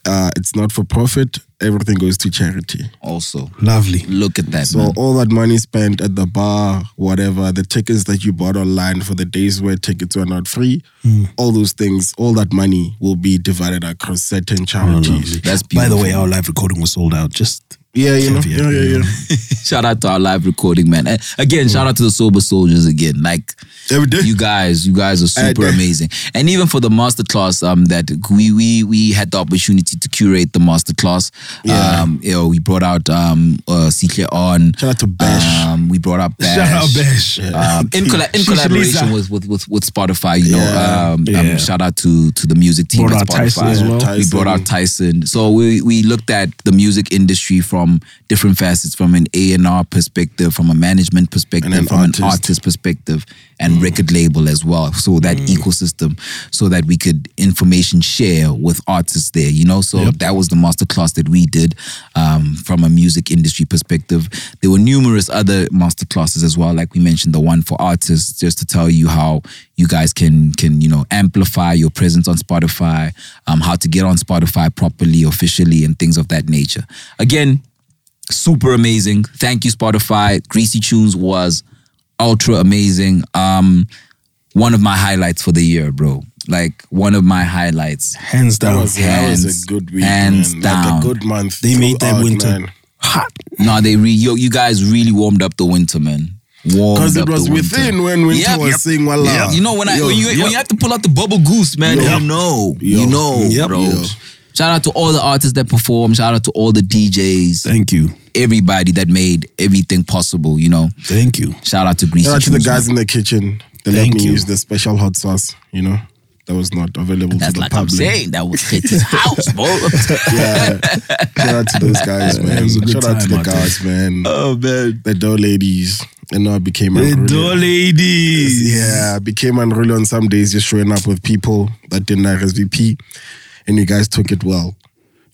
Uh, it's not for profit. Everything goes to charity. Also, Lovely. look at that. So Mm. man. all that money spent at the bar, whatever, the tickets that you bought online for the days where tickets were not free, Mm. all those things, all that money will be divided across certain Oh, charities. That's By beautiful. the way, our live recording was sold out. Just yeah, you know, Caveat, yeah, yeah, yeah. shout out to our live recording, man. And again, shout out to the Sober Soldiers again. Like Every day. you guys, you guys are super Uh, amazing. And even for the masterclass, um, that we we we had the opportunity to curate the masterclass. Um, you know, we brought out um uh Sikle on. Shout out to Bash. Um, we brought up Bash. shout out Bash. Um, in colla- in Shisha collaboration Lisa. with, with with with Spotify, you know. Yeah. Um, um, Yeah. shout out to to the music team Brought at out Spotify. Tyson as well. We brought out Tyson. So we we looked at the music industry from different facets, from an A and R perspective, from a management perspective, And an from an artist. artist perspective, and and record label as well. So that ecosystem, so that we could information share with artists there, you know. So that was the masterclass that we did um, from a music industry perspective. There were numerous other masterclasses as well, like we mentioned the one for artists, just to tell you how you guys can can you know amplify your presence on Spotify, um, how to get on Spotify properly, officially, and things of that nature. Again, super amazing. Thank you, Spotify. Greasy Tunes was ultra amazing. Um, one of my highlights for the year, bro. Like one of my highlights. Hands That down. was, that was Hands- a good week, hands man. down. Like a good month. They made that throughout, winter man. hot. No, they re- yo, you guys really warmed up the winter, man. Because Because it was within when winter Yep, was yep. saying, "Well, You know when I when, you, when you have to pull out the bubble goose, man. Yo. You know, Yo. you know, Yep. bro. Yo. Shout out to all the artists that perform. Shout out to all the DJs, Thank you. everybody that made everything possible. You know, Thank you. shout out to Greasy. Shout out to the Tunes, man. guys in the kitchen. They Thank let me you. use the special hot sauce. You know that was not available to That's the like I'm public. saying. That was his house, bro. Yeah. Shout out to those guys, man. was a good Shout out to time the out there. guys, man. oh man. The door ladies. And now I became unruly. ladies. Yeah, I became unruly on some days, just showing up with people that didn't RSVP. And you guys took it well.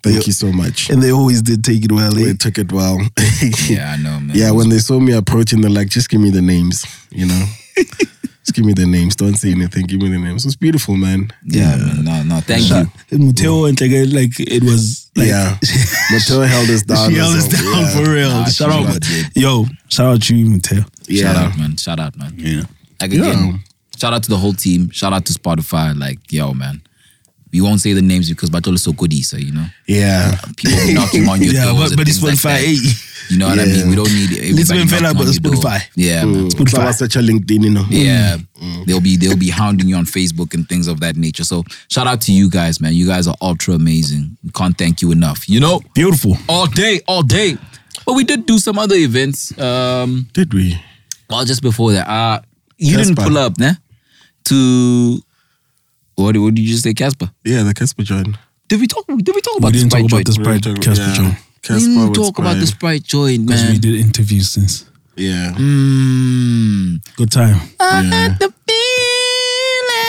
Thank you so much. And they always did take it well. They eh? took it well. Yeah, I know, man. Yeah, when they saw me approaching, they're like, just give me the names, you know? just give me the names. Don't say anything. Give me the names. It's beautiful, man. yeah, man. No, no. Thank you. Mateo and like, uh, like it was like yeah. Mateo held us down. she as held us well. down Yeah. for real. Nah, shout she out, really did. yo, shout out to you, Mateo. Yeah. Shout out, man. Shout out, man. Yeah. Like Yeah. again, shout out to the whole team. Shout out to Spotify. Like, yo, man. We won't say the names because Batol is so goody, so you know. Yeah. People be knocking on your Yeah, doors. but- and but it's things like Spotify, that. eh? You know what I Yeah. mean? We don't need everybody Lisbon fella, knocking but on your door. Spotify. Yeah, man. Mm. Tell us such a LinkedIn, you know? Yeah, they'll be they'll be hounding you on Facebook and things of that nature. So shout out to you guys, man. You guys are ultra amazing. We Can't thank you enough. You know, Beautiful. all day, all day. But we did do some other events. Um, Did we? well, just before that, uh, you didn't Casper. pull up, nah? To what? What did you just say, Casper? Yeah, the Casper joint. Did we talk? Did we talk We about the didn't talk Sprite about joint? the Sprite Yeah. Casper John We Casper didn't with talk about the Sprite. Sprite joint, because we man. did interviews since. Yeah. Mm. Good time. I Yeah. had the feeling.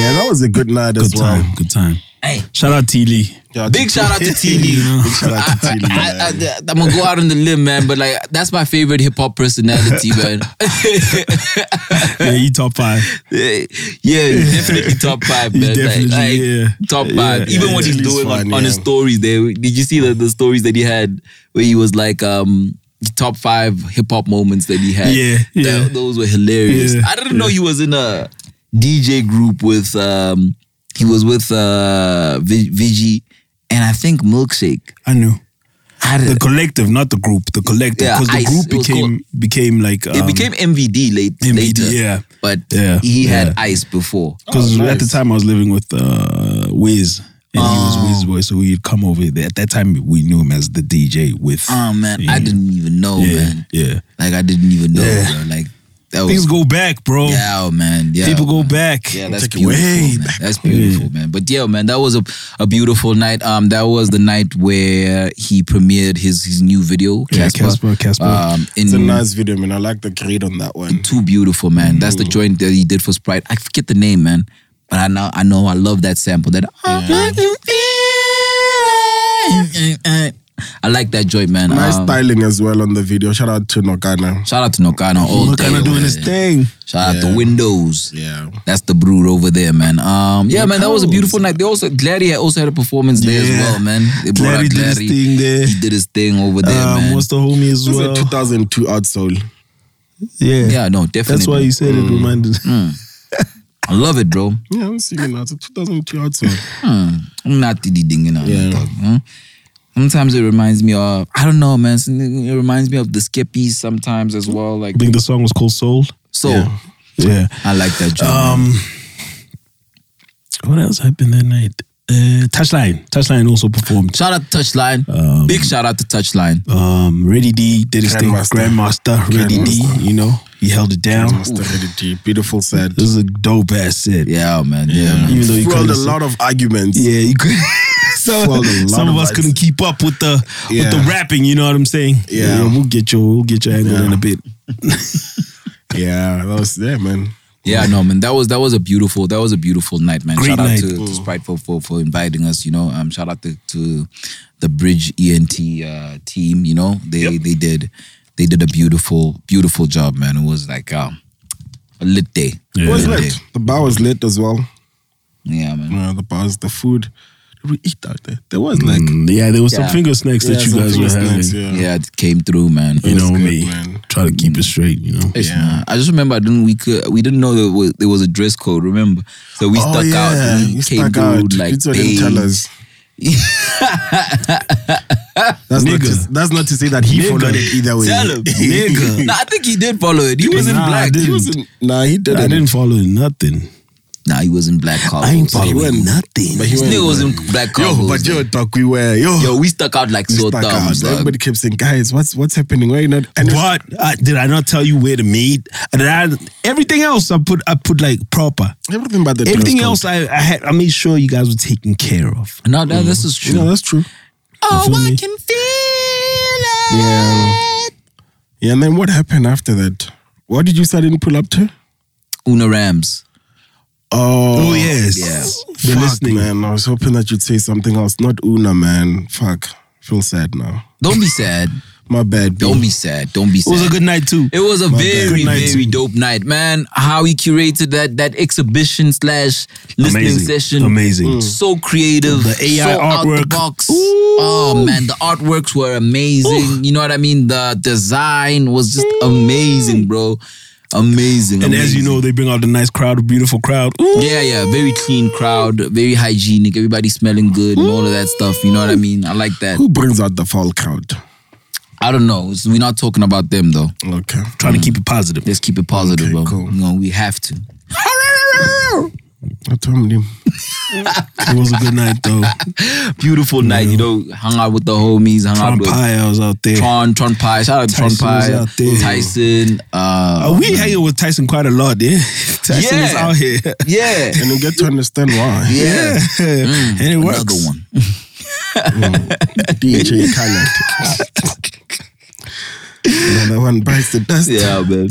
Yeah, that was a good night Good as well. time. Good time. Hey, Shout out T Lee. Yeah, Big shout out to T Lee. Big shout out to Tilly. I, man. I, am gonna go out on the limb, man, but like that's my favorite hip hop personality, man. Yeah, he top five. yeah, definitely top five, man. Like- definitely, like, yeah. top Yeah, five. yeah, Even what yeah. he's He's doing on, fun, on his yeah. stories, there. Did you see the, the stories that he had where he was like, um, top five hip hop moments that he had? Yeah, yeah. That- those were hilarious. Yeah, I didn't know he was in a DJ group with um, he was with uh, Vi- Vigi and I think Milkshake. I knew. I The didn't- collective, not the group. The collective. Yeah, Because the Ice. group It was became became like um, it became MVD late MVD, later. yeah. but Yeah, he had yeah. ice before. Because Oh, at the nice. time I was living with uh, Wiz, and he was Wiz boy, so he'd come over there. At that time, we knew him as the DJ with. Oh man, I Yeah. didn't even know, yeah, man. yeah. Like I didn't even know. Yeah. Bro. Like that was Things go back, bro. yeah, man. Yeah, People go man. back. Yeah, that's Take it way beautiful. Man. back. That's beautiful, man. But yeah, man, that was a, a beautiful night. Um, that was the night where he premiered his his new video, Yeah, Casper. Casper, Casper. Um, in It's a nice video, man. I like the grade on that one. too beautiful, man. That's Mm. the joint that he did for Sprite. I forget the name, man, but I know I know I love that sample. That "Ah, I like that joint, man. Nice Um, styling as well on the video. Shout out to Nogana. Shout out to Nokana all Look, day. kind of doing his man. thing. Shout out Yeah. to Windows. Yeah. That's the brood over there, man. Um, yeah, man, that was a beautiful night. They also Glady had- also had a performance there as Yeah. well, man. They brought Larry out did his Glady. thing there. He did his thing over there, Um, man. what's the homie as This is a well? 2002 Outsoul. Yeah, Mm. Yeah, no, definitely. that's why you said it reminded. I love it, bro. Yeah, I'm singing that. It's a 2002 Outsoul. I'm not the ding in Yeah. Sometimes it reminds me of I don't know, man. It reminds me of the Skippies sometimes as well. Like I think the song was called Soul. so, Yeah. I like that joke. Um, what else happened that night? Uh, Touchline. Touchline also performed. shout out to Touchline. Big shout out to Touchline. Um, Ready D did his thing. Grandmaster. Grandmaster, Ready D, you know, he held it down. Master Headed G. Beautiful set. This is a dope ass set. Yeah, man. Yeah. Mm. Even man. though you Fueled a couldn't- lot of arguments. Yeah, you could. some Fueled a lot some of of us vibes. couldn't keep up with the with the Yeah. rapping. You know what I'm saying? Yeah. we'll get your we'll get your angle Yeah. in a bit. Yeah, that was, yeah, man. Yeah, no, man. That was that was a beautiful that was a beautiful night, man. Great shout night. out to, to Sprite for, for for inviting us. You know, um, shout out to, to the Bridge ENT uh, team. You know, they they did they did a beautiful beautiful job, man. It was like um, a lit day. Yeah. It was Lit day. lit. The bar was lit as well. Yeah, man. Uh, the bars, the food. Did we eat out there? There was like Mm, yeah, there was Yeah. some finger snacks that Yeah, you some guys were finger having. snacks, Yeah, it came through, man. You know good, me. man. Try to keep it straight, you know. Yeah. I just remember I didn't we could we didn't know there was, there was a dress code. Remember, so we Oh, stuck yeah, out. We, you came stuck through out. like Pizza didn't babes. tell us. that's, not to, Nigga. that's not to say that he Nigga. followed it either way. Tell him, nigga. Nah, I think he did follow it. He was in Nah, I black. didn't. he wasn't. Nah, he didn't. I didn't follow nothing. Nah, he was in black cargo. he went- nothing. But he This went, nigga was in black cargo. yo, but yo, talk, we were yo. yo, we stuck out like we sore stuck out. thumbs. dog. Everybody kept saying, guys, what's what's happening? Why you not? And it's- What I, did I not tell you where to meet? And I, everything else I put I put like proper. everything about the Everything dress else code. I, I had I made sure you guys were taken care of. No, that, this is true. Yeah, that's true. oh, feel me? can feel Yeah. Yeah, and then what happened after that? What did you suddenly pull up to? Una Rams. Oh, yes, Fuck, man. I was hoping that you'd say something else. Not Una, man. Fuck. Feel sad now. Don't be sad. My bad. B. Don't be sad. Don't be sad. It was a good night too. It was a very, Good night. very dope night, man. How he curated that that exhibition slash listening Amazing. session. Amazing. Mm. So creative. Hmm. The AI so out the artwork. box. Oh man, the artworks were amazing. You know what I mean? The design was just amazing, bro. Amazing. And as you know, they bring out the nice crowd, a beautiful crowd. Ooh. yeah, yeah, very clean crowd, very hygienic. Everybody smelling good and all of that stuff. You know what I mean? I like that. Who brings out the fall crowd? I don't know. It's- We're not talking about them though. Okay. Trying to keep it positive. Let's keep it positive, Okay, bro. cool. You know, we have to. I told him. It was a good night though. beautiful night. You know, hung out with the homies, hung out Tron with Pie, I was out there. Tron, Tron Pie. Shout out to Tron Tyson was Pie, out there. Tyson. Uh, Uh, we hanging with Tyson quite a lot, yeah. Tyson was Yeah. out here. yeah, And you get to understand why. yeah. Mm. and it works. Another one. DJ Khaled. Another one bites the dust. Yeah, man.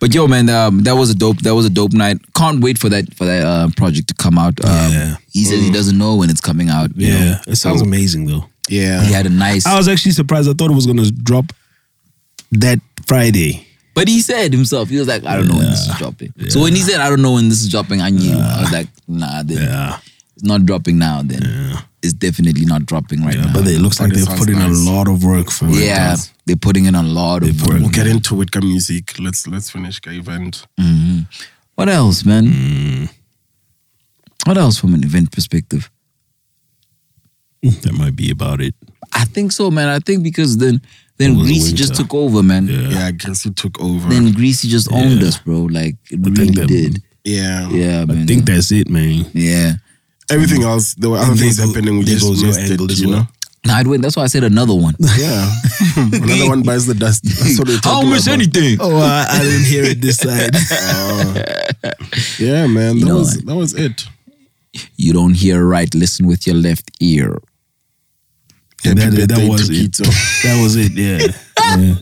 But yo, man, um, that was a dope. That was a dope night. Can't wait for that for that uh, project to come out. Um, Yeah. Mm. He says he doesn't know when it's coming out. you know. Yeah, it sounds amazing though. Yeah. He had a nice, I was actually surprised. I thought it was gonna drop that Friday. but he said himself, he was like, I don't know when this is dropping. So when he said, I don't know when this is dropping, I knew. I was like, Nah, then Yeah, it's not dropping now. Then it's definitely not dropping right now. but it looks like Friday they've sounds put in nice. a lot of work for it. Yeah, they're putting in a lot of work. We'll get into Witka music. Let's let's finish the event. What else, man? Mm. What else from an event perspective? that might be about it. I think so, man. I think because then then was a Greasy winter. just took over, man. Yeah, I guess he took over. Then Greasy just owned us, bro. Like it really think that- did. yeah. Yeah, man. I think that's it, man. yeah. Everything else, there were other And there things go- happening. We there just goes your missed angle it, as you know? well. Nah, I'd wait. That's why I said another one. Yeah. Another one bites the dust. That's what we're talking about. anything. Oh, I, I didn't hear it this side. Yeah, man. That know was what? that was it. You don't hear right. Listen with your left ear. And Happy that, that birthday was to it. Kito. That was it. Yeah. yeah.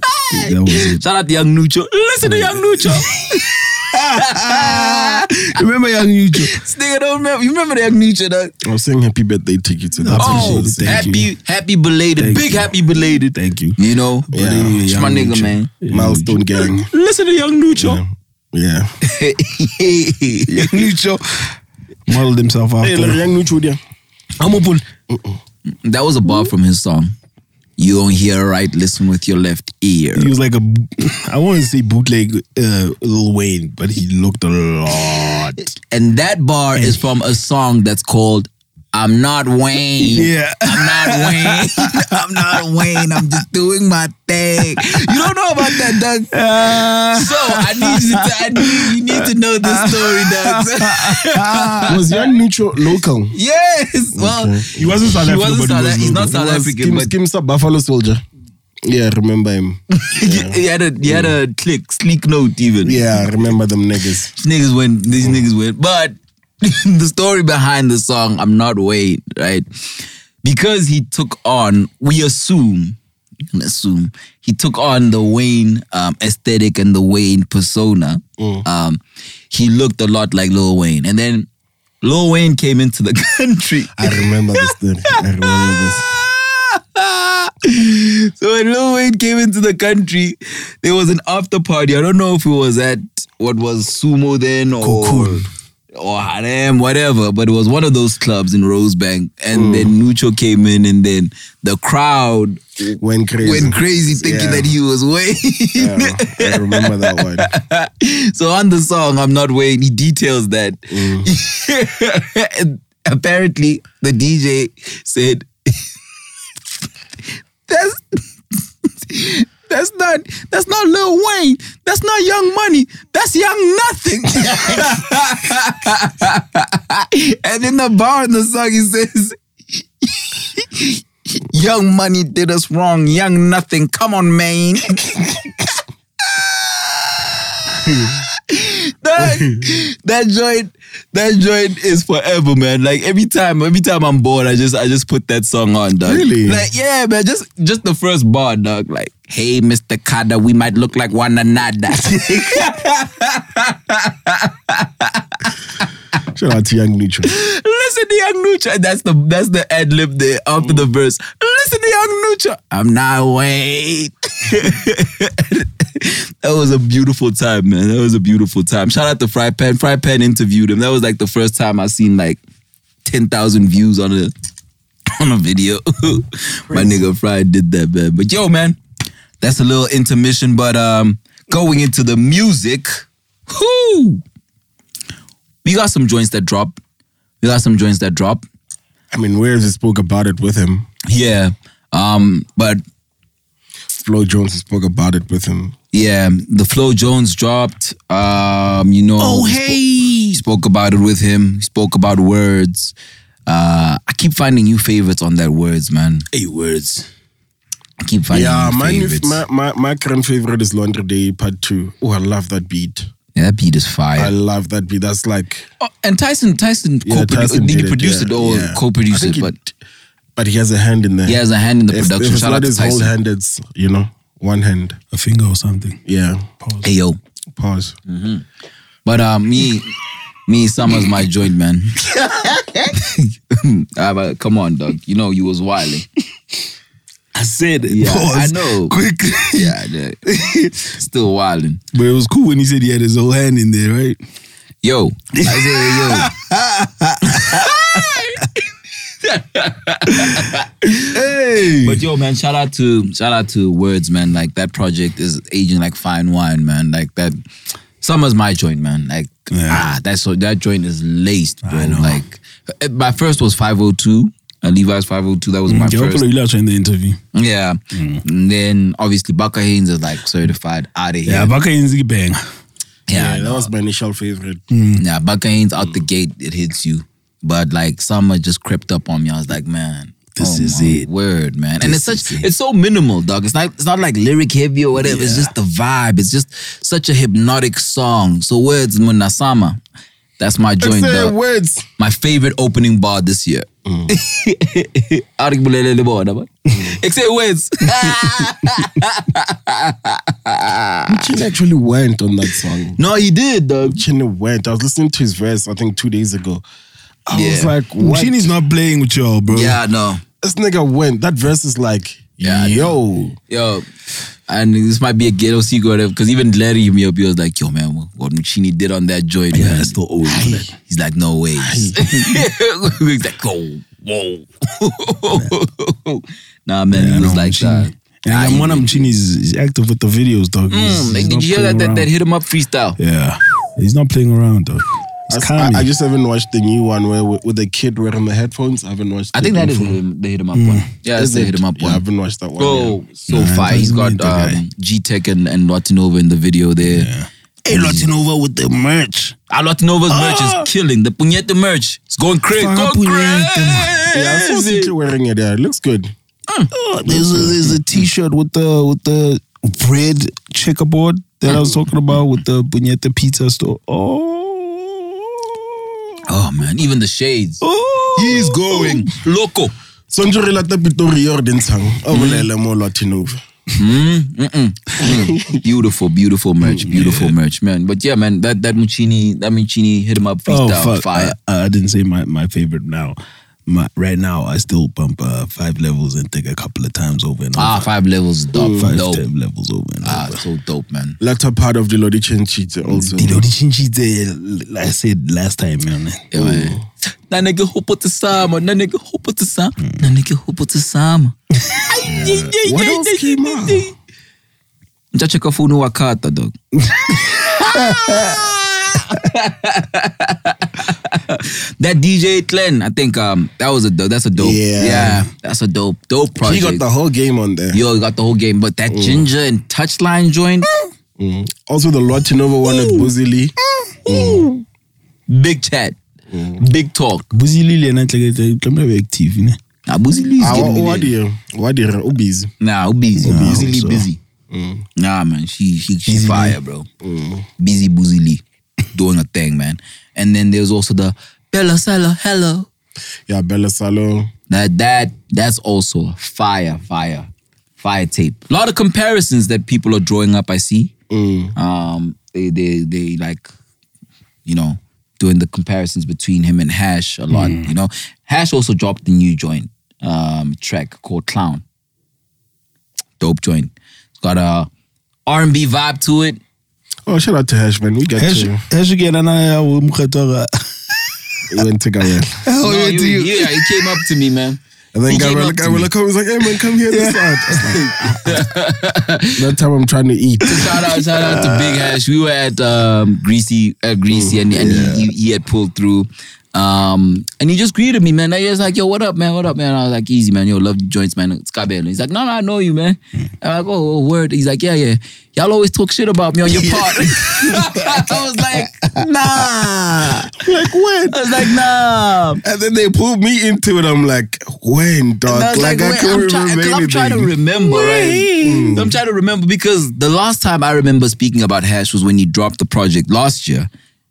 That was it. Shout out to Young Nucho. Listen to Young Nucho. Remember Young Yujo? this nigga don't remember. You remember the Young Nucho, dog? I was saying happy birthday to Kito. That's Oh, what she said. happy, happy belated, Thank big you. happy belated. Thank you. You know, Yeah. anyway, it's my nigga, man. Milestone gang. Listen to Young Oh. Nucho. Yeah. Young Nucho. Modeled himself Hey, after. Young Nuchudia. I'm open. That was a bar from his song. You don't hear right, listen with your left ear. He was like a, I want to say bootleg uh, Lil Wayne, but he looked a lot. And that bar is from a song that's called I'm Not Wayne. Yeah. I'm not Wayne. I'm not Wayne. I'm just doing my thing. You don't know about that, Doug. Uh. so I need you to, I need, you need to know this story, Doug. Ah. was Young Nucho local? yes. Well, He wasn't South he African, wasn't but South, he was he's local. not South was African, Kim- but Kimsa Buffalo Soldier. Yeah, I remember him. he had a he had a click, sleek note even. Yeah, I remember them niggas. These niggas went, these niggas went. But the story behind the song, I'm not Wayne, right? Because he took on, we assume let's zoom. He took on the Wayne um, aesthetic and the Wayne persona. Mm. Um, he looked a lot like Lil Wayne, and then Lil Wayne came into the country. I remember this thing. I remember this. so when Lil Wayne came into the country, there was an after party. I don't know if it was at what was Sumo then or Oh, or Harem, whatever. But it was one of those clubs in Rosebank, and then Hmm. Nucho came in, and then the crowd Went crazy. went crazy thinking Yeah. that he was Wayne. Yeah, I remember that one. so on the song I'm Not Wayne, he details that. Hmm. And apparently, the DJ said, "That's." That's not that's not Lil Wayne. That's not Young Money. That's Young Nothing. and in the bar in the song, he says, "Young Money did us wrong. Young Nothing. Come on, man." that, that joint that joint is forever man like every time every time i'm bored i just i just put that song on dog Really? like yeah man just just the first bar dog like hey mr kada we might look like one another Shout out to Young Neutral. listen to young nucha that's the that's the ad lib there after the verse listen to young nucha i'm not wait That was a beautiful time, man. That was a beautiful time. Shout out to Fry Pan. Fry Pan interviewed him. That was like the first time I seen like ten thousand views on a on a video. My nigga Fry did that, man. But yo, man, that's a little intermission. But um, going into the music, whoo, we got some joints that drop. We got some joints that drop. I mean, Wares spoke about it with him. Yeah. Um, but Flo Jones spoke about it with him. yeah, the Flo Jones dropped. Um, you know. Oh, we spo- hey. we spoke about it with him. We spoke about words. Uh, I keep finding new favorites on that words, man. Hey, words. I keep finding yeah, new my, new- favorites. my, my, my current favorite is Laundry Day Part 2. Oh, I love that beat. yeah, that beat is fire. I love that beat. That's like. Oh, and Tyson, Tyson, Yeah, co-produ- Tyson did he did it, produce yeah, it or yeah. I co-produce think he- it? But But he has a hand in there. he has a hand in the If, if production. it's Shout not out to his whole Tyson. hand, it's, you know, one hand. A finger or something. Yeah. Hey yo, Pause. but uh, me, me, summer's my joint, man. Ah, but come on, dog. You know you was wilding. I said it. Yeah, Pause. I know. Quickly. Yeah, dog. still wilding. But it was cool when he said he had his whole hand in there, right? Yo, I said, yo. Hey. But yo, man, shout out to shout out to Words, man. Like that project is aging like fine wine, man. Like that. Summer's my joint, man. Like ah, that's so that joint is laced, bro. Like eh, my first was five hundred two. Uh, Levi's 502, that was my Yo, first. Polo, you in the interview. Yeah. Mm. And then obviously Baka Haynes is like certified out of here. Yeah, Yeah, Baka Inzigi bang. Yeah, yeah, that was my initial favorite. yeah Baka Haynes out Mm. the gate, it hits you. But like summer just crept up on me. I was like, man, oh This is my it. Word, man. and it's This such is it. it's so minimal, dog. It's not it's not like lyric heavy or whatever. It's just the vibe. It's just such a hypnotic song. So words Munasama. That's my joint, Say dog. words. my favorite opening bar this year. Mm. Arikbulele le bar, daba. Except words. Chin Ah. actually went on that song. no, he did, Mm. dog. Chin went. I was listening to his verse, I think, two days ago. I was Yeah. like, what? Machine is not playing with y'all, bro. Yeah, no. this nigga went. That verse is like, Yeah, I yo. Yo, and this might be a ghetto secret because even Larry hit me up. He was like, "Yo, man, what Muccini did on that joint?" Yeah, man." that's the old one. He's like, "No way." He's like, "Oh, whoa." nah, man, I he know was like, Mchini. that. And Ah, I'm one he- of Mchini is, is active with the videos, dog. He's- Mm, he's like, not did you hear that, playing that? That around. hit him up freestyle. Yeah. He's not playing around, dog. I, It's I- calming. I just haven't watched the new one where with, with the kid wearing the headphones. I haven't watched. I the think that is info. the, the hit him up one. Yeah, that's Is the it? hit him up Mm. Yeah, I one. haven't watched that one. yet. Oh, so Nah, fire! He's got doesn't need that um, G Tech and and Latinova in the video there. Hey, Latinova with the merch. Our Latinova's Ah! merch is killing. The Puñeta merch is going crazy. Fuck Going Puñeta, crazy. Yeah, I saw City wearing it. Yeah, it looks good. Oh, There's a, there's a T-shirt with the with the red checkerboard that I was talking about with the Bunyeta Pizza store. Oh, Oh man, even the shades. oh. He's going loco. so ntse re lata pitori yo re dintshang Mm-hmm. a bolele mo latinova beautiful, beautiful merch, beautiful merch, man. But yeah, man, that that Muccini, that Muccini hit him up Oh freestyle fuck! fire. I, I didn't say my, my favorite now. My, right now, I still bump uh, five levels and think a couple of times over and over. ah, five levels, dope, five dope. ten levels over and Ah, over. so dope, man. latter part of the lodi chenchite also Did audition sheet uh, I said last time, man. Yeah, man. Na nigga who put the sama, na nigga who put the sama, na nigga who put the sama. Hmm. what else came out Mchacheka funu wakata, dog. that DJ Tlen, I think um that was a dope, that's a dope. Yeah. that's a dope, dope he project. got the Mm. whole game on there Yo, you got the whole game, but that ginger and touchline joint, Mm. also the latinova one with Boozy Lee. big chat, Mm. big talk. Buzi Lily and I think I'm not active, you know. Nah, Boozy Lee's Ah, giving wa- wa me the, dire wa dire o busy Nah, who busy? Busy Mm. Lee so. busy. Nah, man, she she she's fire, bro. Busy Boozy Lee, doing a thing, man. And then there's also the Bella Sella Hello. yeah bella salo That that that's also fire, fire, fire tape. A lot of comparisons that people are drawing up. I see. Mm. Um, they they they like, you know, doing the comparisons between him and Hash a lot. Mm. You know, Hash also dropped the new joint um track called Clown. Dope joint. It's got a R and B vibe to it. oh shout out to hash man we got you As you get an eye, I will uh, mukhatora. we went to Gabriel. Oh, No, yeah, you- to you. yeah, he came up to me, man. And then He came Gabriel, up to Gabriel me. come, he's like, hey man, come here this out. I was like, that time I'm trying to eat. shout out, shout out to Big Hash. We were at um, Greasy, at Greasy, and, and he, he, he had pulled through. Um, and he just greeted me, man. I was like, yo, what up, man? What up, man? I was like, easy, man. Yo, love the joints, man. It's Cabello. He's like, no, no, I know you, man. I'm like, oh, oh, word. He's like, yeah, yeah. Y'all always talk shit about me on your part. I was like, nah. like, when? I was like, nah. And then they pulled me into it. I'm like, when, dog? And I was like, like, I wait, can't I'm, try- remember 'cause I'm anything. trying to remember, right? Mm. I'm trying to remember because the last time I remember speaking about Hash was when he dropped the project last year.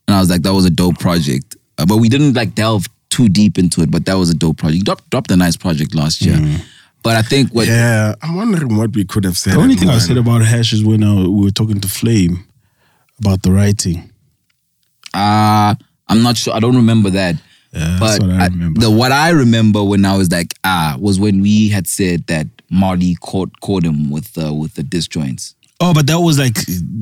And I was like, that was a dope project. Uh, but we didn't like delve too deep into it, but that was a dope project. He dropped, dropped a nice project last year. Mm. But I think what. yeah, I'm wondering what we could have said. The only at thing I Mulan. said about Hash is when uh, we were talking to Flame about the writing. Uh, I'm not sure. I don't remember that. Yeah, but that's what I I- remember. the what I remember when I was like ah was when we had said that Marty caught caught him with uh, with the disjoints. oh, but that was like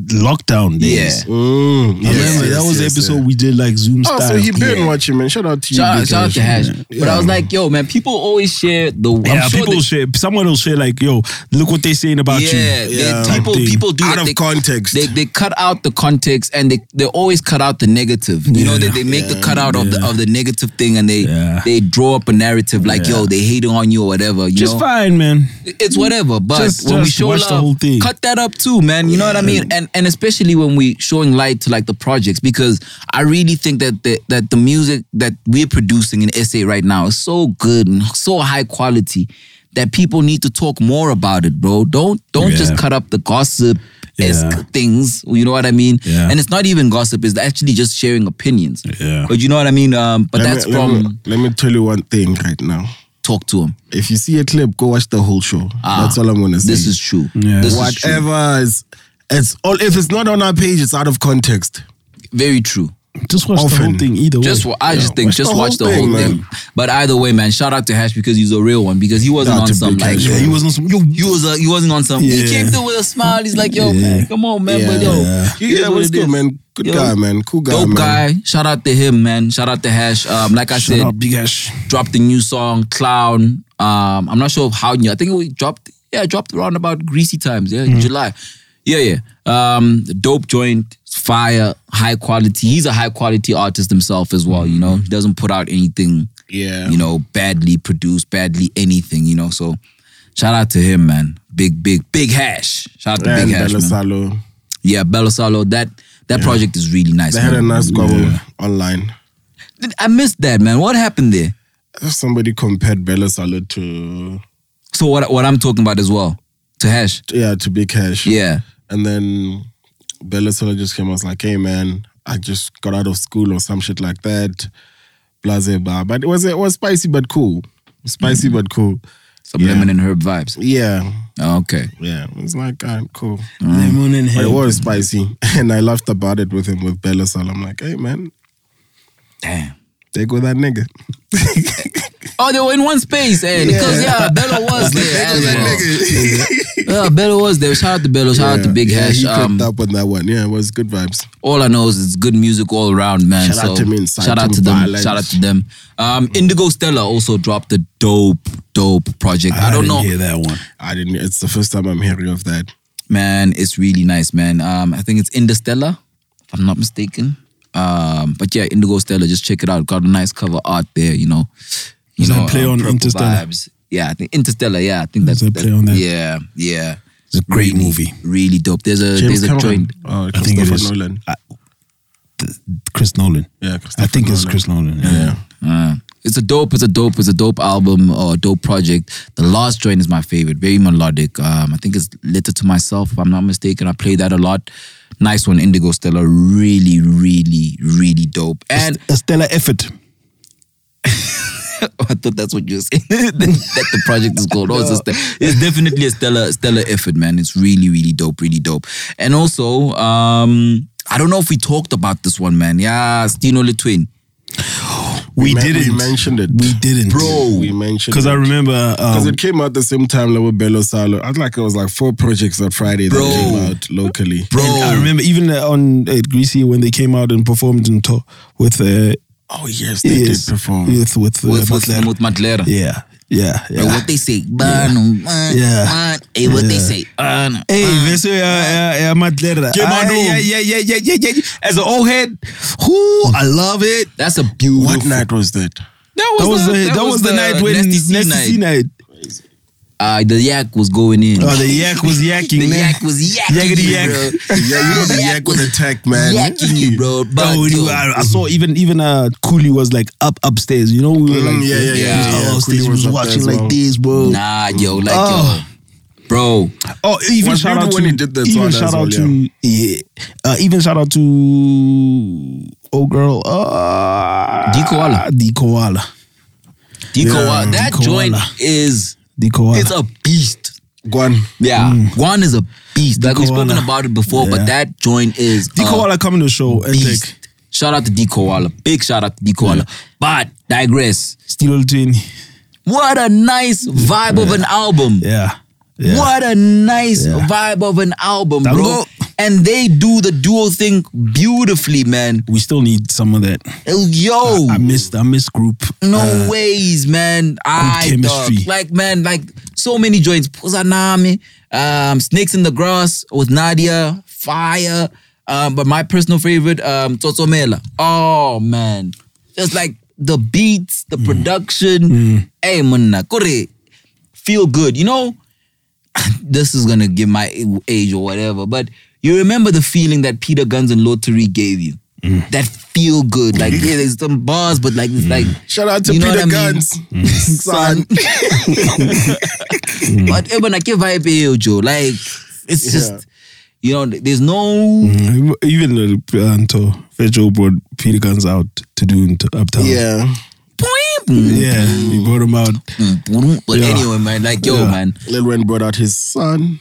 lockdown days. Yeah. Mm, I remember that was the episode we did like Zoom Oh, style. so he been Yeah. watching, man. Shout out to you. Shout out, Big shout out to Hash. But I was Yeah. like, yo, man, people always share the. I'm yeah, sure people they- share. Someone will share like, "Yo, look what they saying about you." yeah, they- Yeah. type people thing. people do Out that. of They- context. They, they cut out the context and they, they always cut out the negative. You know, they, they make the cutout of the of the negative thing and they Yeah. they draw up a narrative like, yo, they hating on you or whatever. You Just know? fine, man. it's whatever. But Just- when we just show watch love, the whole thing. cut that up too, man. You know what I mean? And and especially when we showing light to like the projects, because I really think that the that the music that we're producing in SA right now is so good and so high quality that people need to talk more about it, bro. Don't don't just Yeah. cut up the gossip. Yeah. things you know what i mean Yeah. and it's not even gossip it's actually just sharing opinions Yeah. but you know what i mean um but Let me- that's let from me- let me tell you one thing right now. talk to him If you see a clip, go watch the whole show. Ah, That's all I'm gonna say. this is true Yeah. this is true. whatever is. It's all if it's not on our page, it's out of context. very true Just watch the whole Often. thing. Either Just way. wa- I just think watch just the watch the whole whole thing, thing. man. But either way, man, shout out to Hash because he's a real one because he wasn't Shout out on to some Big like Hash, Yeah, he was on some. Yo, he was uh, he wasn't on some. He Yeah. came through with a smile. He's like, yo, man, come on, man, but yo, yeah, here's yeah what what's it good, is. man? Good Yo, guy, man. Cool guy, Dope man. guy. Shout out to him, man. Shout out to Hash. Um, like I shut said, up, big ass. dropped the new song Clown. Um, I'm not sure how new. I think we dropped. Yeah, it dropped around about greasy times. Mm. Yeah, in July. Yeah, yeah. Um, dope joint, fire, high quality. He's a high quality artist himself as well. You know, he doesn't put out anything. Mm. Yeah. You know, badly produced, badly anything. You know, so shout out to him, man. Big, big, big hash. Shout out to And Big Hash, man. Belisalo. Yeah, Belisalo. That that project is really nice. They had a man. nice squabble online. I missed that, man. What happened there? Somebody compared Belisalo to So what what I'm talking about as well to hash. yeah to Big Cash. Yeah. And then Belisalo just came. I was like, hey man, I just got out of school or some shit like that. Blah blah. blah. But it was it was spicy but cool. Spicy Mm-hmm. but cool. Some lemon and herb vibes. Oh, Yeah. Okay. Yeah. It was like, ah, cool. Mm-hmm. Mm. Lemon and But it herb. was spicy. And I laughed about it with him with Belisol. I'm like, hey, man, Damn. there go that nigga. Oh, they were in one space, eh? Because yeah, Bello was there. as well. Yeah, Bello was there. Shout out to Bello. Shout out to Yeah. Big yeah, Hash. He Um, crept up on that one. Yeah, it was good vibes. all I know is it's good music all around, man. Shout out So, to me, Insight shout out and to them. Violence. Shout out to them. Um, Indigo Stella also dropped a dope, dope project. I, don't didn't know, hear that one. I didn't. It's the first time I'm hearing of that. man. It's really nice, man. Um, I think it's Interstellar, if I'm not mistaken. Um, but yeah, Indigo Stella, just check it out. Got a nice cover art there, you know. You Does that play on purple Interstellar? Vibes. Yeah, I think Interstellar. Yeah, I think that's Does that play on that? Yeah, yeah. It's a great Really, movie. Really dope. There's a James there's a Cameron. joint. Oh, I think Christopher it is. Nolan. I- th- Chris Nolan. Yeah, I Christopher think it's Nolan. Chris Nolan. Yeah. Yeah. Uh, it's a dope, it's a dope, it's a dope album or dope project. The last joint is my favorite, very melodic. Um, I think it's Letter to Myself, if I'm not mistaken. I play that a lot. Nice one, Indigo Stella. Really, really, really dope. And A stellar effort. I thought that's what you were saying. that the project is called. Oh, it's, a ste- it's definitely a stellar, stellar effort, man. It's really, really dope, really dope. And also, um, I don't know if we talked about this one, man. Yeah, Stino Litwin. We, men- didn't. We mentioned it. We didn't. Bro. We mentioned Because I it. remember. Because Um, it came out the same time like with Bello Salo. I was like, it was like four projects on Friday Bro. that came out locally. Bro. and I remember even uh, on at Greasy when they came out and performed in tour with. Uh, Oh yes, they yes, did perform. With, with, uh, With, with, Butler. with Matlera. Yeah. Yeah. Like yeah. what they say, Bano, man, Yeah. man. Hey, what they Yeah. say, Bano. Hey, Vesu, é, é, é a Madeleine. Que mandou. yeah, yeah, yeah, yeah, yeah, yeah. As an old head, who I love it. That's a beautiful. What night was that? That That was the, that, was, the, night when Nasty C Nasty C night. night. Uh, the yak was going in. Oh, the yak was yakking. the man. yak was yakking Yakety you, yak. bro. Yeah, you know the Yak yak with was- attack, man. Yakking you, bro. But Oh, yo, you- I, I saw even even uh Cooley was like up upstairs. You know, we were Mm, like yeah, yeah, yeah, he was yeah. upstairs, Cooley he was was up there watching as like well. this, bro. nah, yo, like Oh. yo, bro. Oh, even Was shout Rudy out when to he did that even one as shout well, out to yeah, uh, even shout out to oh girl uh D Koala. D koala D Koala, D that Koala. joint is D koala. it's a beast. Guan. Yeah, Guan is a beast. Like we've spoken Koala. about it before, but Mm. Yeah. that joint is uh, D a koala coming to show and beast. like Shout out to D Koala. Big shout out to D Koala. But digress. still little twin. What a nice vibe of an album. Yeah. yeah. What a nice Yeah. vibe of an album, bro. Tango. And they do the duo thing beautifully, man. We still need some of that. Yo, I missed I missed group. no uh, ways, man. I dog. chemistry. like, man, like so many joints. Pozanami, um, Snakes in the Grass with Nadia, Fire. Um, but my personal favorite, um, Tsotsomela. Oh man, just like the beats, Mm. the production. Hey, munna, kore, feel good. You know, this is gonna give my age or whatever, but you remember the feeling that Peter Guns and Lottery gave you. That feel good, like yeah, there's some bars, but like it's like Shout out to You know Peter what I mean? Guns, Mm. son. but even like your vibe here, Joe, like it's just you know, there's no Mm-hmm. Even uh, until Fetcho brought Peter Guns out to do in Uptown. Yeah. Yeah. He brought him out. but Yeah. anyway, man, like yo, Yeah. man, Lil Wayne brought out his son.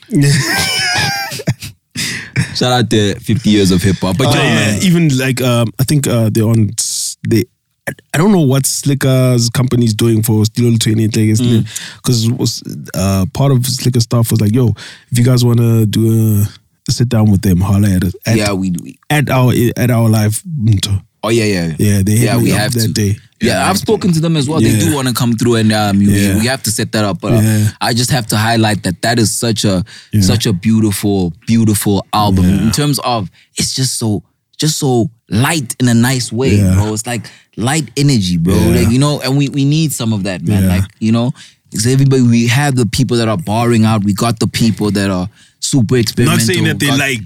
shout out to 50 years of hip hop, but Uh, yo, yeah, man, even like um, I think uh, they're on s- they. I- I don't know what Slicker's company is doing for Steel Twenty Mm. because it was uh, part of Slicker stuff was like, yo, if you guys wanna do a sit down with them, holla at us at, yeah, we, we at our at our live. mm, oh, yeah, yeah, Yeah, they hit yeah, me we up have that to. day. Yeah, I've spoken to them as well. They Yeah. do want to come through, and um, we- Yeah. we have to set that up. But uh, Yeah. I just have to highlight that that is such a such a beautiful, beautiful album in terms of it's just so just so light in a nice way, Yeah. bro. It's like light energy, bro. Yeah. Like you know, and we we need some of that, man. Yeah. Like you know, because everybody we have the people that are barring out. We got the people that are super experimental. Not saying that they got- like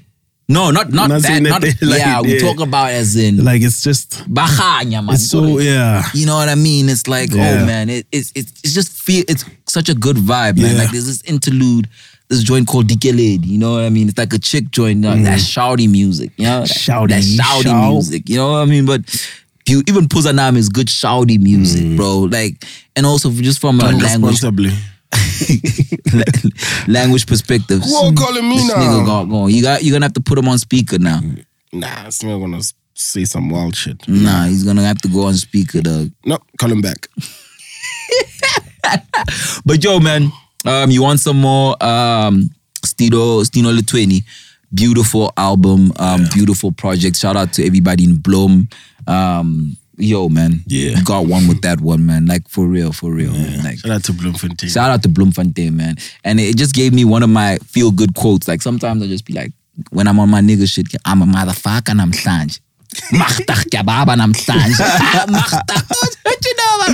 No, not not, Not that. saying that Not, they like yeah, it, we yeah. talk about as in like it's just Bahanya, man. it's so yeah. You know what I mean? It's like, oh Yeah. man, it, it's it's it's just feel. It's such a good vibe, man. Yeah. Like there's this interlude, this joint called Dikeled. You know what I mean? It's like a chick joint. you know, That shouty music. You know, that, Mm. Shouty, that shouty shout. music. You know what I mean? But beau- even Pozanam is good shouty music, Mm. bro. Like, and also just from a language Responsibly. language perspective. Who are calling me This now? nigga got going. You got you're gonna have to put him on speaker now. Mm. Nah, this nigga gonna s- say some wild shit. Nah, he's gonna have to go on speaker, dog. No, call him back. But yo, man, um, you want some more um Stino Stino Litweni. Beautiful album, um, beautiful project. Shout out to everybody in Bloom. Um, yo, man. Yeah. You got one with that one, man. Like for real, for real. Man. Like Shout out to Bloemfontein. Shout out to Bloemfontein, man. And it just gave me one of my feel good quotes. Like sometimes I'll just be like, when I'm on my nigga shit, I'm a motherfucker namhlanje. Machtak kababa namhlanje. Machtak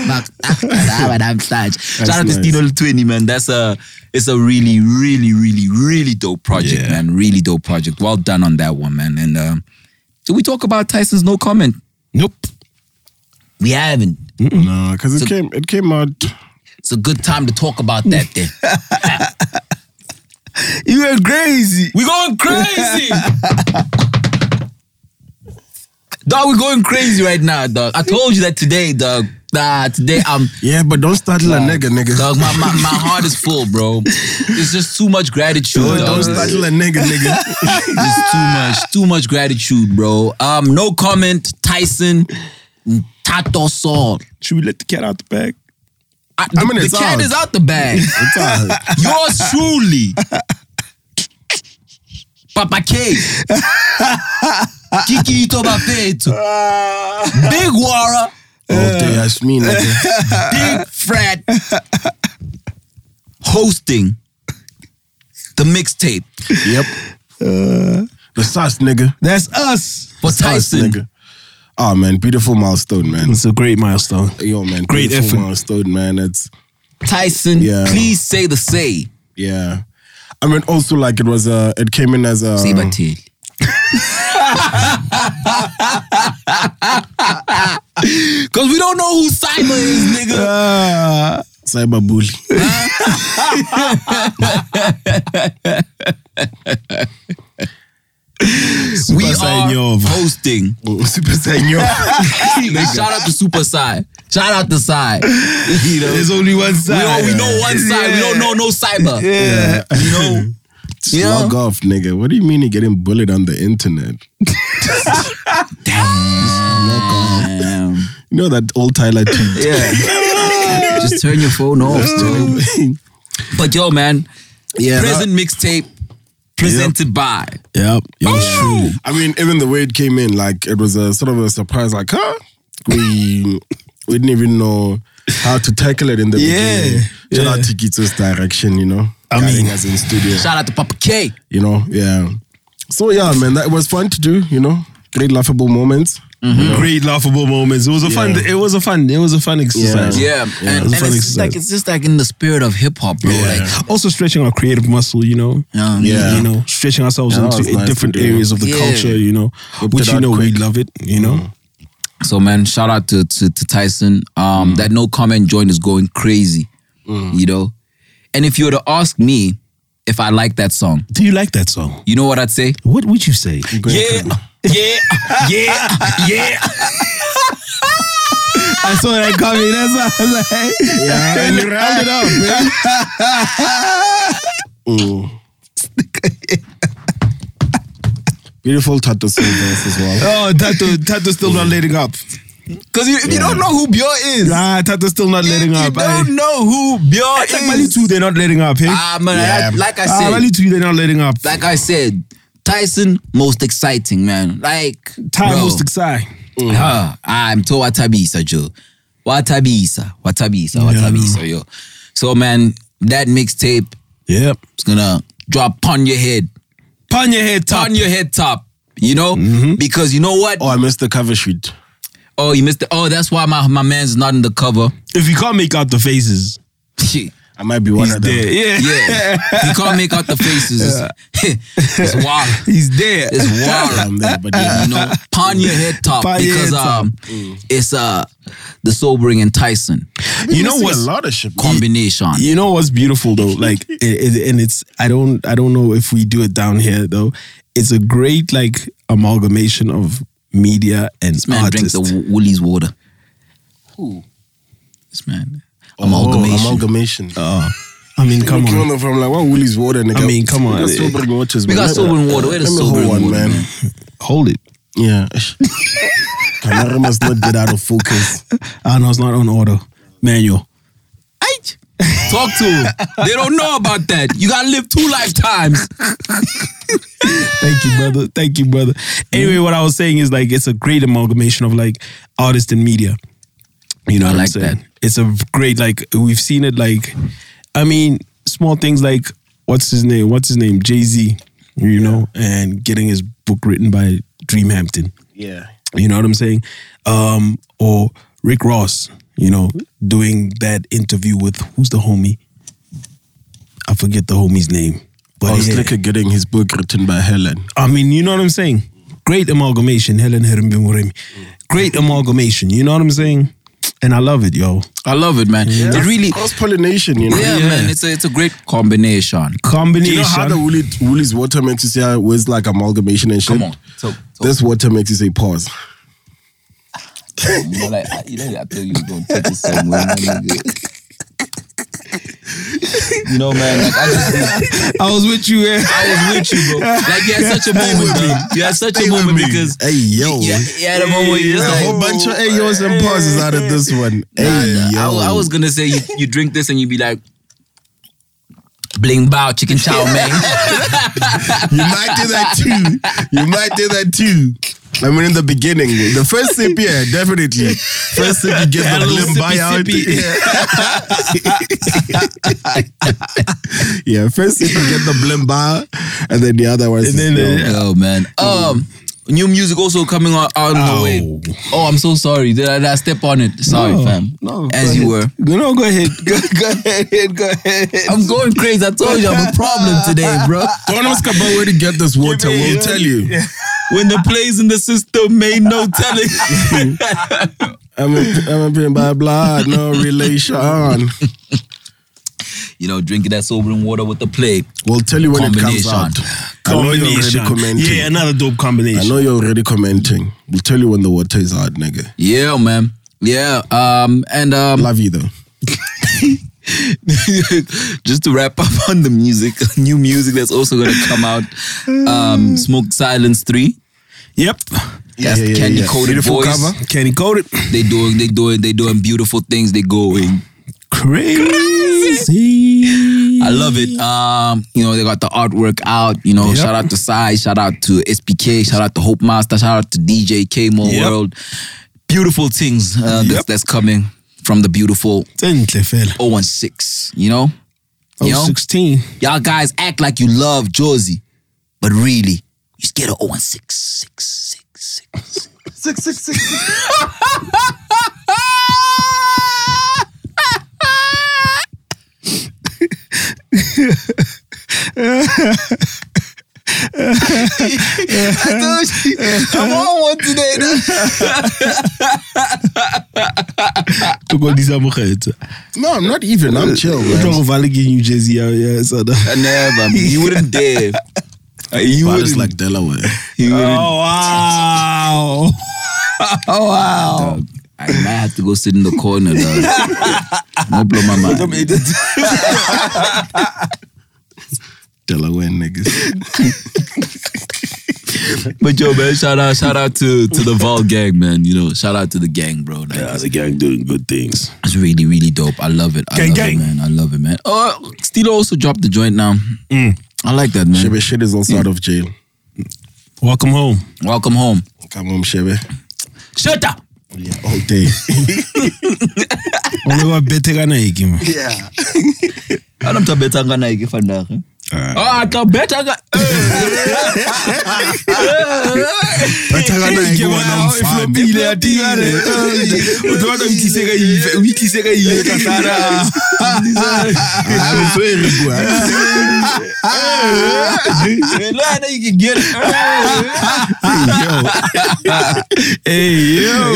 Machtak kababa namhlanje. Shout out nice. to Stino Twenty, man. That's a it's a really, really, really, really dope project, Yeah. man. Really dope project. Well done on that one, man. And um, did we talk about Tyson's no comment? Nope. We haven't. No, because it came it came out. It's a good time to talk about that then. You went crazy. We going crazy. dog, we going crazy right now, dog. I told you that today, dog. Nah, today I'm Yeah, but don't startle a nigga, nigga. dog, my, my, my heart is full, bro. It's just too much gratitude. Don't, dog. don't It's startle a nigga, nigga. just too much, too much gratitude, bro. Um, no comment, Tyson. Tato Saul. Should we let the cat out the bag? I, the, mean, the it's cat out. is out the bag. It's all. Yours truly. Papa K. Kiki Itoba Fetu. Ah. Big Wara. Oh, they asked me, nigga. Big Fred. Hosting the mixtape Yep. the sauce, nigga. That's us. for Sauce, Tyson. nigga. Oh man, beautiful milestone, man. It's a great milestone. Yo, man, Great beautiful effort. milestone, man. It's Tyson, Yeah. please say the say. yeah. I mean, also like it was a. It came in as a. Say Uh-huh. Batil. Cause we don't know who Cyber is, nigga. Uh, cyber bully. we Super Saiyan are Yov. hosting. Super Saiyan. Shout out to Super Sai. Shout out to Sai. You know, There's only one we, side. don't- we know one side. We don't know no cyber. Yeah. You know. You know? Log off, nigga. What do you mean you're getting bullied on the internet? Damn. You know that old Tyler tweet. Yeah. Just turn your phone off, bro. But yo, man. Yeah, Present mixtape presented by. Yep. Yours truly. I mean, even the way it came in, like it was a sort of a surprise. Like, huh? We we didn't even know how to tackle it in the Yeah, beginning. Shout out yeah. to Gito's direction, you know, I guiding mean- us in studio. Shout out to Papa K. You know, yeah. So yeah, man, that was fun to do. You know, great laughable moments. Mm-hmm. Great laughable moments. It was a fun. It was a fun. It was a fun exercise. Yeah. And, and it was it's a fun just like exercise. it's just like in the spirit of hip hop, bro. Like Also stretching our creative muscle, you know. Yeah. Yeah. You know, stretching ourselves Yeah, that was into nice different to do. areas of the Yeah. culture, you know, which it you out know we quick. love it, you know. Mm-hmm. So man, shout out to to, to Tyson. Um, that no comment joint is going crazy. You know, and if you were to ask me if I like that song, Do you like that song? you know what I'd say? What would you say? Yeah, yeah, yeah, yeah. I saw that coming. That's why I was like, Yeah, and you round it up, man. Mm. Beautiful tattoo verse as well. oh, Tato, Tato's still not letting up. Because if you don't know who Bjor is, Nah, Tato's still not if letting you up. don't I, know who Bjor it's like Mali is, 2, they're not letting up, hey? ah man, I- like I Ah, said, Mali 2, they're not letting up. like I said, Tyson most exciting man. Like Time bro. most exciting. Ah, I'm to watabisa Joe. Watabisa, watabisa, watabisa yo. So man, that mixtape Yep. is gonna drop on your head, Pan your head, top. Mm-hmm. on your head top. You know, because you know what? Oh, I missed the cover sheet. Oh, you missed. The, oh, that's why my my man's not in the cover. If you can't make out the faces, Shit. I might be one he's of them. there. Yeah. Yeah, he can't make out the faces. It's, it's wild. He's there. It's wild. I'm there, but yeah. you know, pan your head top Pan your because head top. um, it's uh the sobering and Tyson You know Missing what's A lot of shit. combination. You know what's beautiful though, like, it, it- and it's I don't I don't know if we do it down here though. It's a great like amalgamation of media, and This man artists. drank the Woolies water. Who? This man. Amalgamation. Oh, amalgamation. I mean, come Looking on. the from like, what Woolies water? Nigga? I mean, come on. We got sobering waters, we man. got sobering water. Where the Let me hold sobering water, one, man. man? Hold it. Yeah. Camera must not get out of focus. Ah, no, it's not on order. Manual. Talk to them. They don't know about that. You gotta live two lifetimes. Thank you, brother. Thank you, brother. Anyway, what I was saying is like it's a great amalgamation of like artist and media. You know I what like I'm saying? that. It's a great like we've seen it like I mean, small things like what's his name? What's his name? Jay-Z, you know, and getting his book written by Dream Hampton. Yeah. You know what I'm saying? Um, or Rick Ross, you know, doing that interview with who's the homie? I forget the homie's name. But Oh, I was yeah. Slicker getting his book written by Helen. I mean, you know what I'm saying? Great amalgamation, Helen Herumbi Moremi. Great amalgamation, you know what I'm saying? And I love it, yo. I love it, man. It really cross pollination, you know. yeah, man. It's a it's a great combination. Combination. You know how the Woolies, Woolies water meant to say was like amalgamation and shit? Come on. Talk, talk. This water makes you say pause. You know, like, I- you know, I told you you're gonna take it somewhere. my nigga. You know, man, like I just I was with you, eh? I was with you, bro. Like you had such a moment, bro. You had such a moment because Hey yo. yeah, you had a moment where you just A like whole bunch of hey yo's and pauses out of this one. Hey uh, I- yo. I, I was gonna say you, you drink this and you be like bling bao chicken chow man. You might do that too. You might do that too. I mean, in the beginning, the first sip, yeah, definitely. First sip, you get Yeah, the a little limb sippy, buyout. Yeah. yeah, first sip, you get the blim bar, and then the other one. And then the- oh man. Um new music also coming out, out on the way. Oh, I'm so sorry. Did I, did I step on it? Sorry, fam. As you were. were. No, go ahead. Go, go ahead. Go ahead. I'm going crazy. I told you I'm a problem today, bro. Don't ask about where to get this water. We'll tell you. When the plays in the system made no telling. I'm a, I'm a pin by blood, no relation. you know, drinking that sobering water with the play. We'll tell you when it comes Combination. out. I know you're already commenting. Yeah, another dope I combination. know you're already commenting. We'll tell you when the water is out, nigga. Yeah, man. Yeah. Um and um Love you though. just to wrap up on the music, new music that's also going to come out. Um, Smoke Silence Three. Yep. That's the candy coated Beautiful voice. cover. Can he code it? They doing, they doing, they doing beautiful things. They going. Crazy. I love it. Um, you know, they got the artwork out. You know, Yep. shout out to Sai, shout out to SPK, shout out to Hope Master, shout out to DJ K More Yep. World. Beautiful things uh, that's, Yep. that's coming from the beautiful Tentle, fella. 016. You know, you Oh, know, 16. Y'all guys act like you love Josie, but really, you scared of 016. Six, six, six. Six six six. I told you, I'm on one today. Tuko disamukhetsa. No, I'm not even. I'm chill, man. Utokuvaleki New Jersey out here, sana. Never, you wouldn't dare. You But wouldn't. it's like Delaware. you wouldn't. Oh, wow. Oh wow! I might have to go sit in the corner, dog. Don't blow my mind. Delaware niggas. But yo, man, shout out, shout out to to the Vault gang, man. You know, shout out to the gang, bro. Like, the gang doing good things. It's really, really dope. I love it. I Gang, love gang. it, man. I love it, man. Oh, Stilo also dropped the joint now. Mm. I like that, man. Shebe shit is also out of jail. Welcome home. Welcome home. Come home, Shebe. Shut up. Yeah, all day. Umewa bete kana hiki man. anamtabetsanga naike fandaha akabetanga Hey, ke bona hao e flopile, ya tingana. Eh, o tlo batla ho itlise ka ife- o itlise ka ife ka sara. lana ikigera Hey, yo.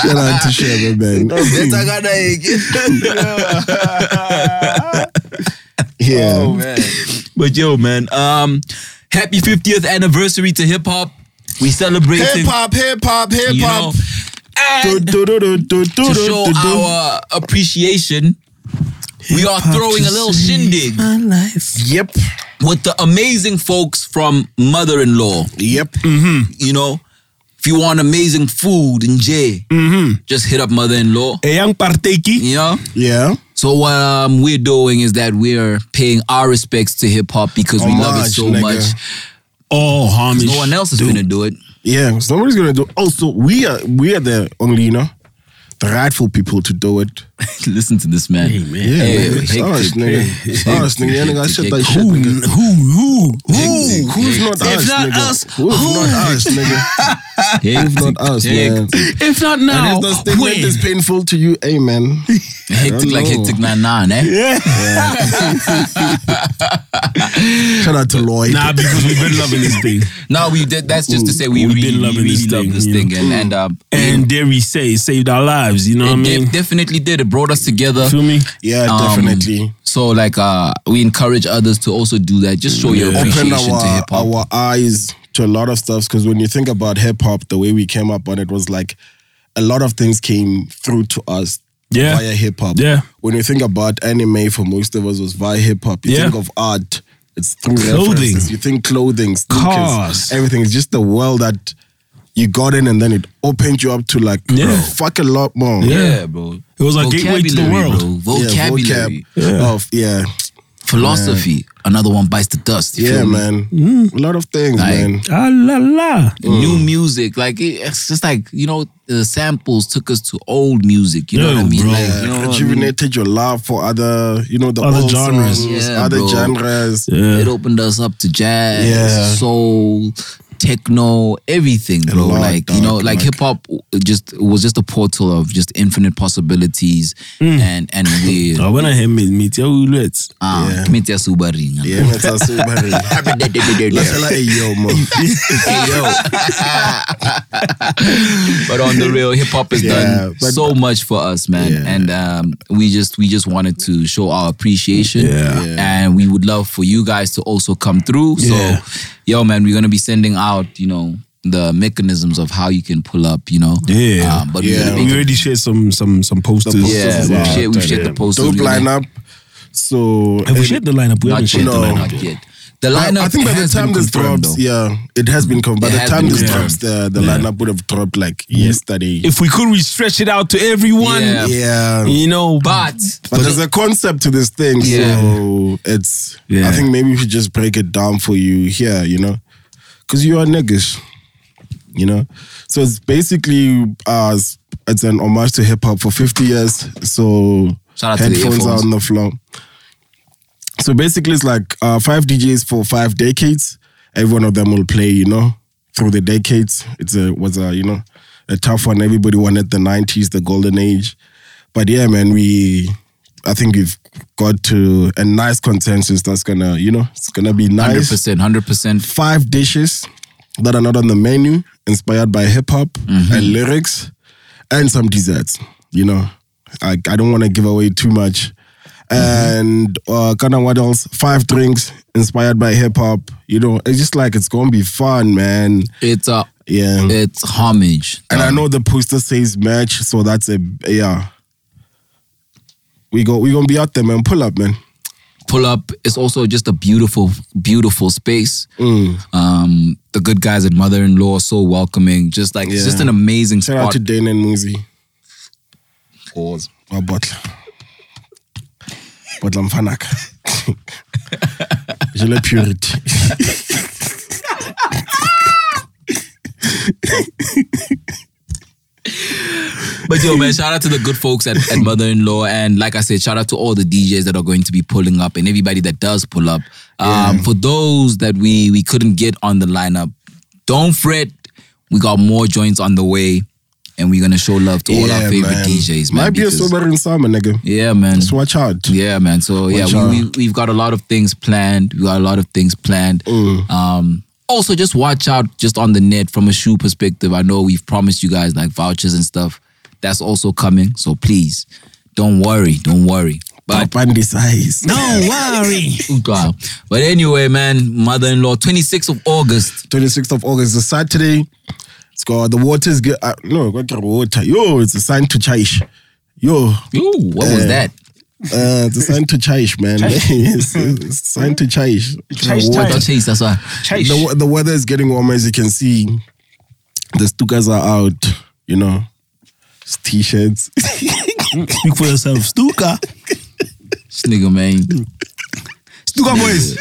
Shout out to Shebe, man. But yo, man. Um, Happy 50th anniversary to hip hop. We celebrating, Hip hop, hip hop, hip you know, hop. and to show our appreciation. We are throwing a little shindig Yep, with the amazing folks from Mother-in-Law. Mm-hmm. yep. Mm-hmm. You know, if you want amazing food in J, Mm-hmm. just hit up Mother-in-Law. A young parteki. You know. Yeah. So what um, we're doing is that we're paying our respects to hip hop because we love it Homage, so nigga. much. Oh, homage. No one else is gonna do it. Yeah, somebody's gonna do. Also, we are we are the only you know, the rightful people to do it. Listen to this man. Yeah, Hey, nigga. hectic. Stars, nigga. Stars, nigga. Yeah, nigga. I said that Hectic. shit. nigga. who, who, Who? Who's not If us, not nigga? us, Who's not us, nigga? Who's Hectic. not us, man? Hectic. If not now, And if the statement is painful to you, amen. Hectic like know. hectic nine nine, eh? Shout out to Lloyd. Nah, because we've been loving this thing. No, we did. That's just to say we, We've really, been loving really this love thing, this you thing, know. and and um, Mm. And dare we say, it saved our lives. You know it what I de- mean? definitely did. It brought us together. Feel me? Yeah, Um, definitely. So like, uh, we encourage others to also do that. Just show your Yeah. Open appreciation to our, hip hop. our eyes to a lot of stuff because when you think about hip hop, the way we came up on it was like a lot of things came through to us Yeah. via hip hop. Yeah. When you think about anime, for most of us, was via hip hop. You Yeah. think of art, it's through Clothing. references. You think clothing, sneakers, Cars. everything. It's just the world that you got in, and then it opened you up to like Yeah. fuck a lot more. yeah, bro. It was our gateway to the Vocabulary, world. Bro. Yeah, Vocabulary. vocab of yeah, philosophy. Another one bites the dust. you yeah, feel me? man. A lot of things, Like- man. Ah la la. New Mm. music, like it- it's just like you know, the samples took us to old music. You know Yeah, what I mean? bro. Like, Yeah, you know what I mean? uh, rejuvenated your love for other, you know, the Other old genres. songs, Yeah, other bro. genres. It opened us up to jazz, Yeah. soul, techno, everything, bro. lot, like you know, dog, like like- hip hop just was just a portal of just infinite possibilities Mm. and and weird. I want to hear me meet you. Let's. Ah, Yeah. kmiti ya subaringa. Yeah, man, that's so bad. Let's say like, hey, yo, man. Hey, yo. but on the real, hip hop has Yeah, done but- so much for us, man. Yeah. And um, we just we just wanted to show our appreciation, and we would love for you guys to also come through. Yeah. So, yo, man, we're gonna be sending out, you know, the mechanisms of how you can pull up, you know. Yeah. Um, but Yeah, we're We gonna make already shared some some some posters. posters yeah, as we've well. shared, we've shared the posters. Dope We're gonna- lineup. So, Have we and- shared the lineup? We haven't Not yet, shared the No. lineup. not yet. The I- lineup I think by the has been time this confirmed, drops, though. yeah, it has been confirmed. By It the has time been this confirmed. drops, the, the lineup would have dropped like yesterday. If we could, we stretch it out to everyone. Yeah. yeah. You know, but But there's a concept to this thing, Yeah. so it's. Yeah. I think maybe we should just break it down for you here, you know, because you are niggas, you know. So it's basically uh, it's an homage to hip hop for 50 years. So Shout out to the headphones are earphones. on the floor. So basically, it's like uh, five DJs for five decades. Every one of them will play, you know, through the decades. It's a was a you know a tough one. Everybody wanted the '90s, the golden age. But yeah, man, we I think we've got to a nice consensus that's gonna you know it's gonna be hundred nice. percent, hundred percent. Five dishes that are not on the menu, inspired by hip hop and lyrics, and some desserts. You know, I, I don't want to give away too much. And uh, kind of what else? Five drinks inspired by hip hop. You know, it's just like it's gonna be fun, man. It's a Yeah. it's homage. And I know the poster says match, so that's a yeah. We go we gonna be out there, man. Pull up, man. pull up. It's also just a beautiful, beautiful space. Mm. Um, the good guys at Mother in Law are so welcoming. Just like it's Yeah. just an amazing Shout out spot. to Dane and Muzi. Pause. My butler. Butler Mfanaka. Je le purity. But yo, man, shout out to the good folks at, at Mother in Law, and like I said, shout out to all the DJs that are going to be pulling up, and everybody that does pull up. Um, For those that we we couldn't get on the lineup, don't fret. We got more joints on the way, and we're gonna show love to all our favorite DJs, man. Might be a because- sobering summer, nigga. yeah, man. Just watch out. Yeah, man. So yeah, out. we, we we've got a lot of things planned. We got a lot of things planned. Um, also, just watch out just on the net from a shoe perspective. I know we've promised you guys like vouchers and stuff. That's also coming. So please, don't worry. Don't worry. But- Papa size. Don't worry. God. But anyway, man, mother in law, 26th of August. 26th of August, is Saturday. It's called the waters. Get, uh, no, what kind of water? Yo, it's a sign to Chaish. Yo, uh, Ooh, what was Yeah. that? it's a sign to Chaish, man. yes, it's a sign to Chaish. Chaish, Water. Chaish. Dr. Chase, that's why. Chase. The, wa- the weather is getting warmer, as you can see. The stukas are out, you know. It's T-shirts. Speak for yourself. Stuka. This nigga, man. Stuka boys.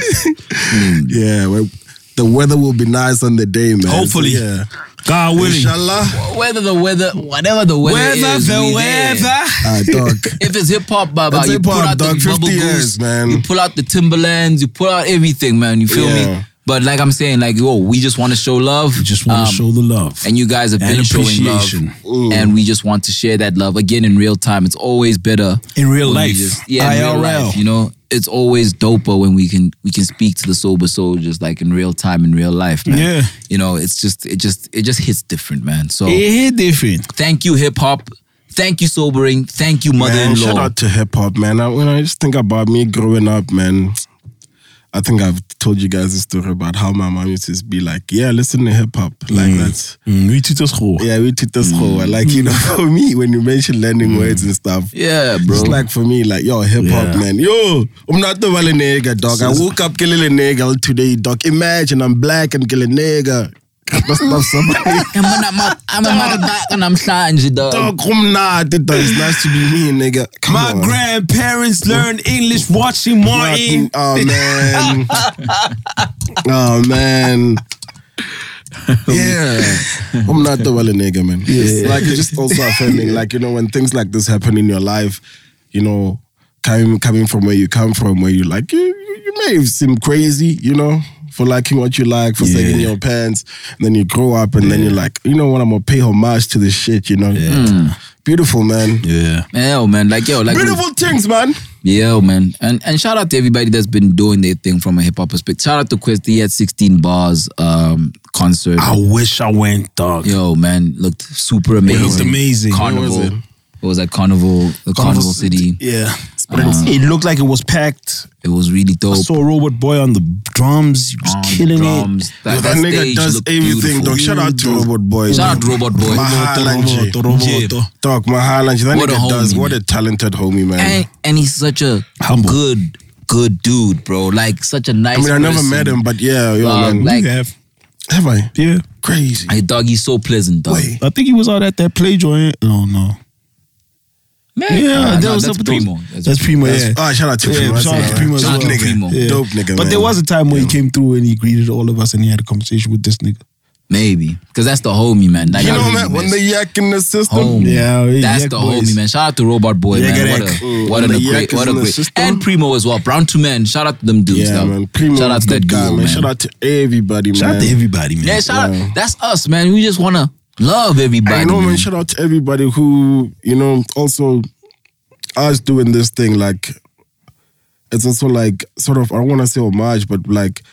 yeah, well, the weather will be nice on the day, man. Hopefully. So, yeah. God willing. Inshallah. Whether the weather, whatever the weather Weather, is, the we there. weather. Ah, dog. If it's hip hop, Baba, It's you pull hip-hop, out dog, the 50 bubble years, goose, man. you pull out the Timberlands, you pull out everything, man. You feel Yeah. me? But like I'm saying, like yo, we just want to show love. Just want to Um, show the love. and you guys have And been showing love, appreciation. and we just want to share that love again in real time. It's always better in real when we life. just- yeah, in real life, you know, it's always doper when we can we can speak to the sober soldiers like in real time in real life, man. Yeah. you know, it's just it just it just hits different, man. So It hit different. thank you, hip hop. Thank you, sobering. Thank you, Man, mother-in-law. shout out to hip hop, man. I, when I just think about me growing up, man, I think I've told you guys a story about how my mom used to be like, "Yeah, listen to hip hop." Like that's Mm, we teach us school. yeah, we did this whole like you know for me when you mention learning Mm. words and stuff. Yeah, bro. It's like for me, like yo, hip hop, Yeah. man. Yo, I'm not the valley nigga, dog. I woke up killing a nigga today, dog. Imagine I'm black and killing nigga. That's not somebody. I'm a- I'm a- I'm a motherfucker and I'm shanje, dog. Dog, I'm not. It's nice to be me, nigga. Come My on. grandparents learned English watching Martin. Oh man. oh man. Yeah, I'm not the well nigga, man. It's like it's just also affirming, like you know, when things like this happen in your life, you know, coming coming from where you come from, where you like you, you you may seem crazy, you know, for liking what you like, for sagging your pants, and then you grow up, and then you're like, you know what, I'm gonna pay homage to this shit, you know. Beautiful man, Yeah. Yo, man, like yo, like beautiful things, man. Yeah, man. And and shout out to everybody that's been doing their thing from a hip hop perspective. Shout out to Quest. He had 16 bars um concert. I wish I went, dog. Yo, man, looked super amazing. looked amazing. Carnival. Where was it? It was at Carnival, the Carnival City. Yeah. it looked like it was packed. It was really dope. I saw Robert Boy on the drums. He was Um, killing drums. it. That, that that nigga stage does looked everything, beautiful. dog. Shout out to Robot Boy. Shout out to Robot Boy. Mahala nje. Roboto, Roboto, Roboto. Dog, Mahala nje. That What a nigga does. homie, What man. a talented homie, man. And, and he's such a Humble. good, good dude, bro. Like such a nice I mean, I never person. met him, but yeah, yo, Dog, man. like- You have- Have I? yeah. Crazy. Hey, dog, he's so pleasant, dog. Wait. I think he was out at that play joint. No, no. Man, Yeah, nah, that nah, was that's up- Primo. That's, Primo, That's- yeah. Ah, shout out to Yeah, Primo. shout out That's to all Primo right. as Dope well. nigga. Yeah. Dope nigga. But there was a time when he came through and he greeted all of us and he had a conversation with this nigga. Maybe. Because that's the homie, man. Like, You I know, really man, when miss they yak in the system. Homie. Yeah, yeah, that's Yak the boys. homie, man. Shout out to Robot Boy, Yak man. Yak. What a, Mm. what And a the Yak great, is what a in the great, system. and Primo as well. Brown to man. Shout out to them dudes, Yeah, dog. man. Primo. shout out to good that guy, duo, man. Shout out to everybody, man. Shout out to everybody, man. yeah, shout out. That's us, man. We just wanna love everybody. I know, man. man. Shout out to everybody who, you know, also us doing this thing. Like, it's also like sort of, I don't want to say homage, but like,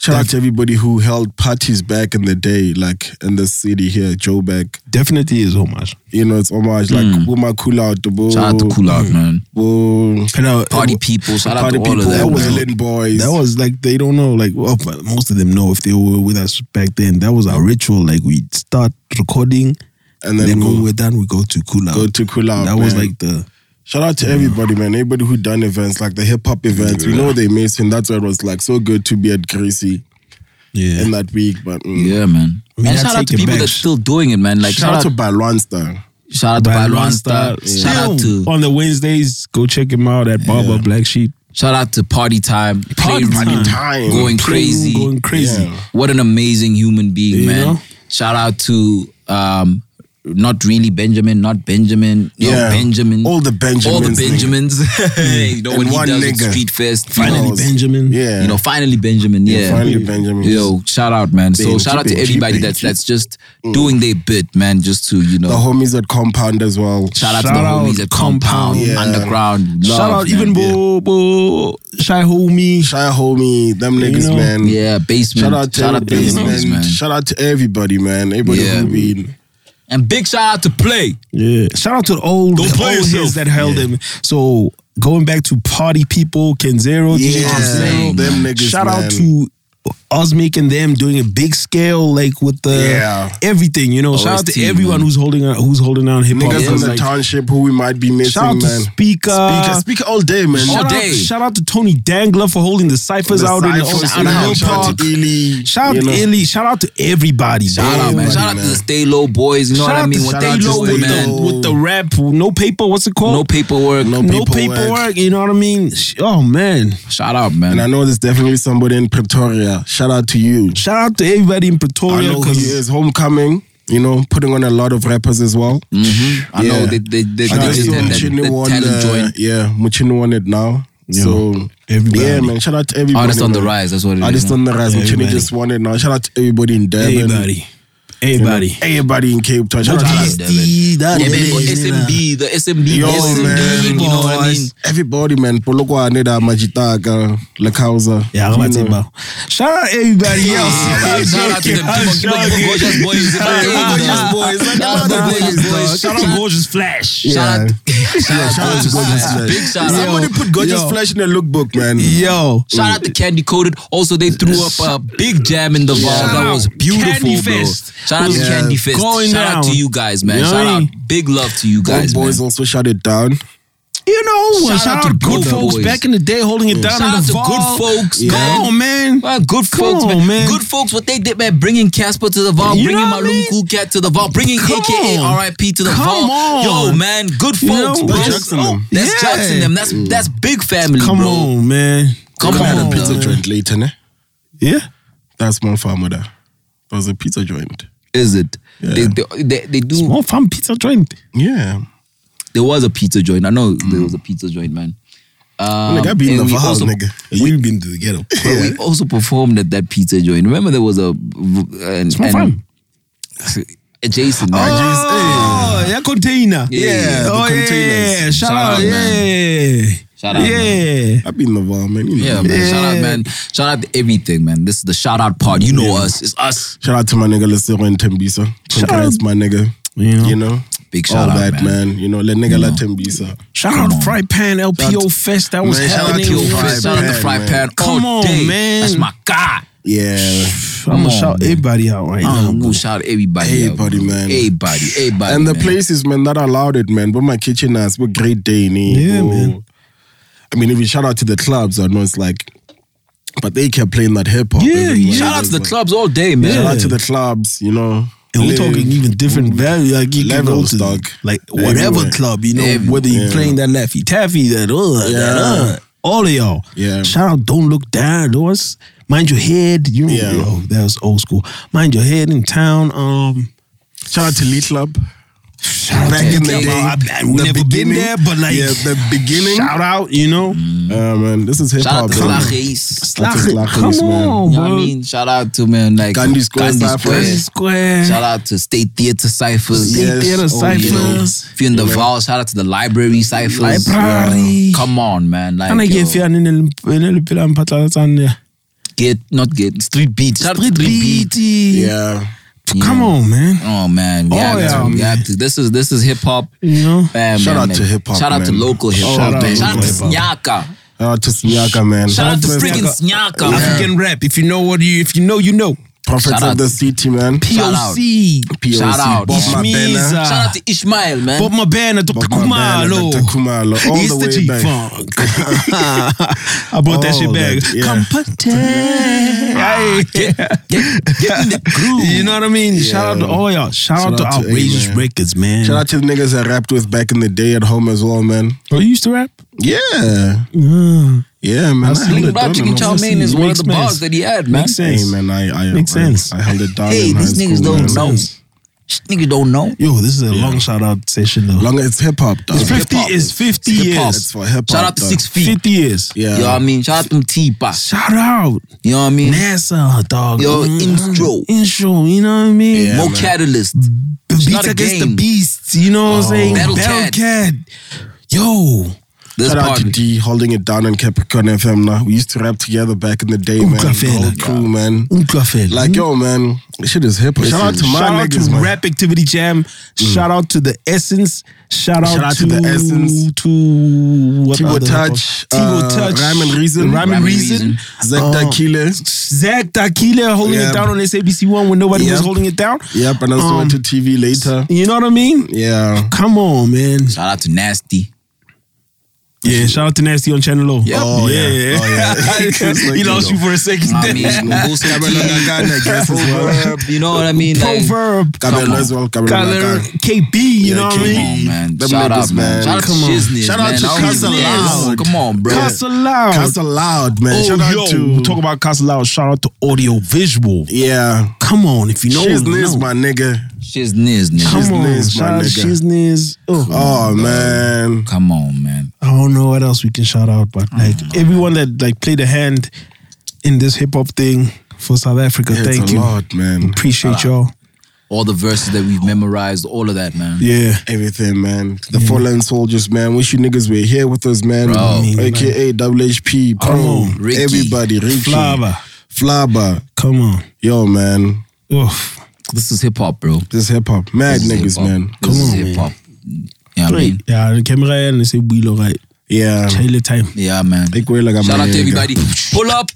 shout out to everybody who held parties back in the day, like in the city here, Joe Beck. Definitely is homage. You know, it's homage. Like, Wuma Cool Out, the Hmm. Shout out to Cool Out, man. Boo, And, uh, Party it- people. Shout out Party to all People, of that. that was man. Lynn Boys. That was like they don't know, like well, but most of them know if they were with us back then. That was our ritual. Like we'd start recording, and then, then when we go, were done, we go to Kula. go to Cool Out. that was man. like the Shout out to everybody, man. Everybody who done events, like the hip hop events. We know they amazing. That's why it was like so good to be at Greasy yeah. in that week. But mm. Yeah, man. mean, and I shout out take to it people back. that's still doing it, man. Like Shout out to Balwanster. shout out to Balwan Star. Shout out to on the Wednesdays. Go check him out at Barber Black Sheep. shout out to Party Time. Party Playroom, Time. Time. Going crazy. going crazy. Yeah. What an amazing human being, You man. know? Shout out to um not really Benjamin, not Benjamin, no Yeah. Benjamin. All the Benjamins, All the Mm. nigga. Benjamins. you know, And when he one does with nigga. Street Fest. Finally, you know, Benjamin. Yeah. you know, finally Benjamin, yeah. finally Benjamin. Yo, shout out, man. So Benji, shout out to Benji, everybody Benji. that's that's just doing their bit, man, just to, you know. the homies at Compound as well. Shout out Shout to the out homies at Compound, Compound. Yeah. Underground. Love, Shout out man. even Bo Bo Shy Homie. Shy homie, them niggas, know? man. Yeah, basement. Shout out to shout out to everybody, everybody, man. man. Shout out to everybody, man. Everybody Yeah. who been. And big shout out to Play. Yeah. Shout out to the old, Don't the play old yourself. heads that held him. So going back to party people, Kenzero, DJ Yeah. Kenzero. Them niggas, Shout out man. to us making them doing a big scale, like with the Yeah. everything, you know. Shout out to OST, everyone man. who's holding on, who's holding down hip hop. Niggas in Because, the like, township who we might be missing, Shout out to man. Speaker. Speaker, speaker all day, man. All shout, out, day. shout out to Tony Dangler for holding the ciphers out in the, Cyphers, on you the know, Hill shout out Park. to Ely, Shout you out to know. Illy. Shout out to everybody. Shout out, man. Everybody, Shout out to man. the Stay Low boys. You know Shout what I out to mean? What Shout they out Stay to do, Low Stay with man. the, Low. with the rap. No paper. What's it called? No paperwork. No no paperwork. paperwork. You know what I mean? Sh- Oh man! Shout out, man. And I know there's definitely somebody in Pretoria. Shout out to you. Shout out to everybody in I Pretoria know who he because is. Homecoming, you know, putting on a lot of rappers as well. Mhm. I know Yeah. they they they, they Shout out just to had that, Muchinu that won, talent uh, joint. Yeah, Muchinu won it now. So Everybody. Yeah, man. Shout out to everybody. Artist on the man. rise. That's what it is. Artist man. on the rise. Muchinu Everybody. just won it now. Shout out to everybody in Durban. everybody, You know, everybody. Everybody in Cape Town. Shout out Shout out to to these- Durban. that Yeah, man, go is, SMB, the SMB, Yo, SMB, man. you know what I mean? Everybody, man. Polokwa, Neda, Majitaka, Lakauza. Yeah, I'm about to bow. Shout out everybody else. I'm Shout out to joking, them keep I'm on- keep on joking. gorgeous boys. Shout out to Gorgeous them boys. Like, Shout out them to them gorgeous gorgeous boys. boys. Shout out Gorgeous Flash. Shout out, Yeah, shout out to Gorgeous Flash. Big shout out. Somebody put Gorgeous Yo. Flash in a lookbook, man. Yo, Shout out to Candy Coated. Also, they threw up a big jam in the vault Shout that out was beautiful, Candy bro. Fist. Shout out to Yeah. Candy Fist. Going Shout out down. to you guys, man. You know Shout what I out, mean? big love to you Both guys, man. boys also shut it down. you know, Shout shout, out out, to to good Go folks Boys. back in the day holding it down Shout in out the to vault. good folks, Come man. on, man. Well, good Come folks, on, man. man. Good folks, what they did, man, bringing Casper to the vault, You bringing know what I Malum mean? Cool Cat to the vault, bringing Come AKA on. RIP to the Come vault. Yo, on. man, good folks, You know, bro. Oh, that's Jackson them. That's Yeah. Mm. Jackson them. That's that's big family, Come bro. on, man. Come I had on, a pizza bro. joint later, ne? Yeah. That small farmer there. That was a pizza joint. Is it? Yeah. They, they, they, they do. Small farm pizza joint. Yeah. There was a pizza joint. I know there was a pizza joint, man. Um, nigga, I be in and the we Val, also- nigga. You've been to the ghetto. but we also performed at that pizza joint. Remember, there was a and, Small and- farm. adjacent. man. Oh, yeah, container. Yeah, the oh, containers. yeah. Shout, Shout out, out, yeah. Shout out, yeah. I've been the bar, man. You know. Yeah, man. Shout out, man. Shout out to everything, man. This is the shout out part. You know us. It's us. Shout out to my nigga Lesero and Tembisa. Congrats, my nigga. You know. You know? Big All shout out, that, man. You know, let nigga la Tembisa. Shout out Fry Pan LPO Fest. That was Man, shout out happening. to your Fry Fry shout out to Pan, Fry man. Pan. Come all on, day. man. That's my guy. Yeah. I'm Come gonna on, shout man. everybody out right now. I'm gonna shout out everybody. out, Oh, Everybody, bro. man. Everybody, everybody. and the man. places, man, that allowed it, man. But my kitchen ass, what great day, nee. Yeah, Oh. man. I mean, if you shout out to the clubs, I know it's like, but they kept playing that hip hop. Yeah, yeah. Shout out to the clubs all day, man. Shout out Yeah. to the clubs, you know. And we're Live. talking even different value. Like you can go Levels, to dog. like whatever Everywhere. club, you know, Everywhere. whether you're Yeah. playing that Laffy Taffy, that uh, that uh, all of y'all. Yeah. Shout out, don't look down. Those mind your head. You know, Yeah. yo, that was old school. Mind your head in town. Um, Shout out to Lee Club. shout Back out to in the day, Lee Club. I, I, we the never been beginning. there, but like Yeah, the beginning. Shout out, you know. Uh, man, this is hip Shout out hop. to man. Slachis. That's a slack come list, man. on, You know bro. what I mean? Shout out to man like Gandhi Square Cyphers. Square. Gandhi Square. Shout out to State Theatre Cyphers. State Yes. Theatre Oh, you know, Cyphers. If you're in the vault, shout out to the library Cyphers. Library. Come on, man. Like, And I yo, get fear in the get not get street beat. Shout out to Street Beat. beat. Yeah. Come on, man. Oh man, Oh, yeah, yeah, man. man. This is this is hip hop. You know? Bam, Shout man, out man. to hip hop, Shout out to man. local hip Shout hop. out to Shout out to local Snyaka. Shout out to Snyaka, man. Shout out to Prophets- freaking Snyaka. man. African rap. If you know what you, if you know, you know. Prophets Shout out of the city, man. Shout out. POC. POC, Shout out. Bob Ishmiza. Mabena. Shout out to Ishmael, man. Bob Mabena, Bob Dr. Mabena, Kumalo. Dr. Kumalo, all He's the the way G back. Funk. I brought that All shit back. that, yeah. Compete. Get, get in the groove. You know what I mean? Shout out to all y'all. Shout, out to out to Outrageous A, man. Records, man. Shout out to the niggas I rapped with back in the day at home as well, man. Bro, Oh, you used to rap? Yeah. Yeah, man. I held Link it Rap down Chicken in Chow high school. Mein is one of Makes the bars sense. that he had, man. Makes Hey, sense. man, I, I, Makes I, sense. I held it down. Hey, in high these niggas school, man. don't know. These niggas don't know. Yo, this is a long shout out session though. Long it's hip hop, dog. It's 50 hip-hop. is 50 Hip hop. It's years. for hip hop. Shout out to dog. Six Feet. 50 years. Yeah. You know what I mean? Shout out to Mtipa. Shout out You know what I mean? NASA, dog. Yo, Mm. Intro. Intro, you know what I mean? Yeah, Mo man. Catalyst. The It's not beats a against game. the beast, you know what I'm saying? Battle Cat. Cat. Yo, This Shout out part. to D holding it down on Capricorn FM now. We used to rap together back in the day, man. The Ukafela. whole crew, man. Unclafel. Like, yo, man, Shit is hip. Shout out to my shout out niggas, to man. Mm. Rap Activity Jam. Shout out to the Essence. Shout out, Shout out to The Essence. To what Tibo other- Touch, Tibo uh, Touch. Rhyme and Reason. Rhyme Rhyme and and Reason. Reason. Zach Oh. Dakile. Zach Dakila holding Yeah. it down on SABC One when nobody was Yeah. holding it down. Yep, and I also um, went to TV later. You know what I mean? Yeah. Come on, man. Shout out to Nasty. Yeah, shout out to Nasty on Channel O. Yeah. Oh, yeah. yeah. Oh, yeah. It's like, he lost know. you for a second. I there. mean, Mbusi Kabelangakane, I guess, as well. Proverb, you know what I mean? Like, Proverb. Kabelo as well. Color Kabelo KB, you Yeah, know what I KB. Come mean? on, man. Them Shout niggas, out, man. man. Shout out to Come on. Shizness, Shout out man. to I always- Casa Yes. Loud. Come on, bro. Casa Loud. Casa Loud, man. oh, Shout out yo, to. we talk about Casa Loud. Shout out to Audio Visual. yeah. Come on, if you know, She's you this, know. my nigga. Shizness, Come nigga. on, Shizness, my shout out nigga. Shizness. Oh, Oh, man. Come on, man. I don't know what else we can shout out, but like everyone that like played a hand in this hip hop thing for South Africa, Yeah, thank it's a you. lot, man. Appreciate y'all. All the verses that we've memorized, all of that, man. Yeah. Everything, man. The fallen soldiers, man. Wish you niggas were here with us, man. Bro. AKA WHP, Pro, on, Ricky. everybody, Ricky, Flava. Flava. Come on. Yo, man. Oof. This is hip hop, bro. This hip hop, mad This is niggas, hip-hop. man. This is on, hip hop. Yeah, I mean, Yeah, the camera and they say we look like Yeah. Taylor time. yeah, man. Big way like a Shout out to man, everybody. Pull up.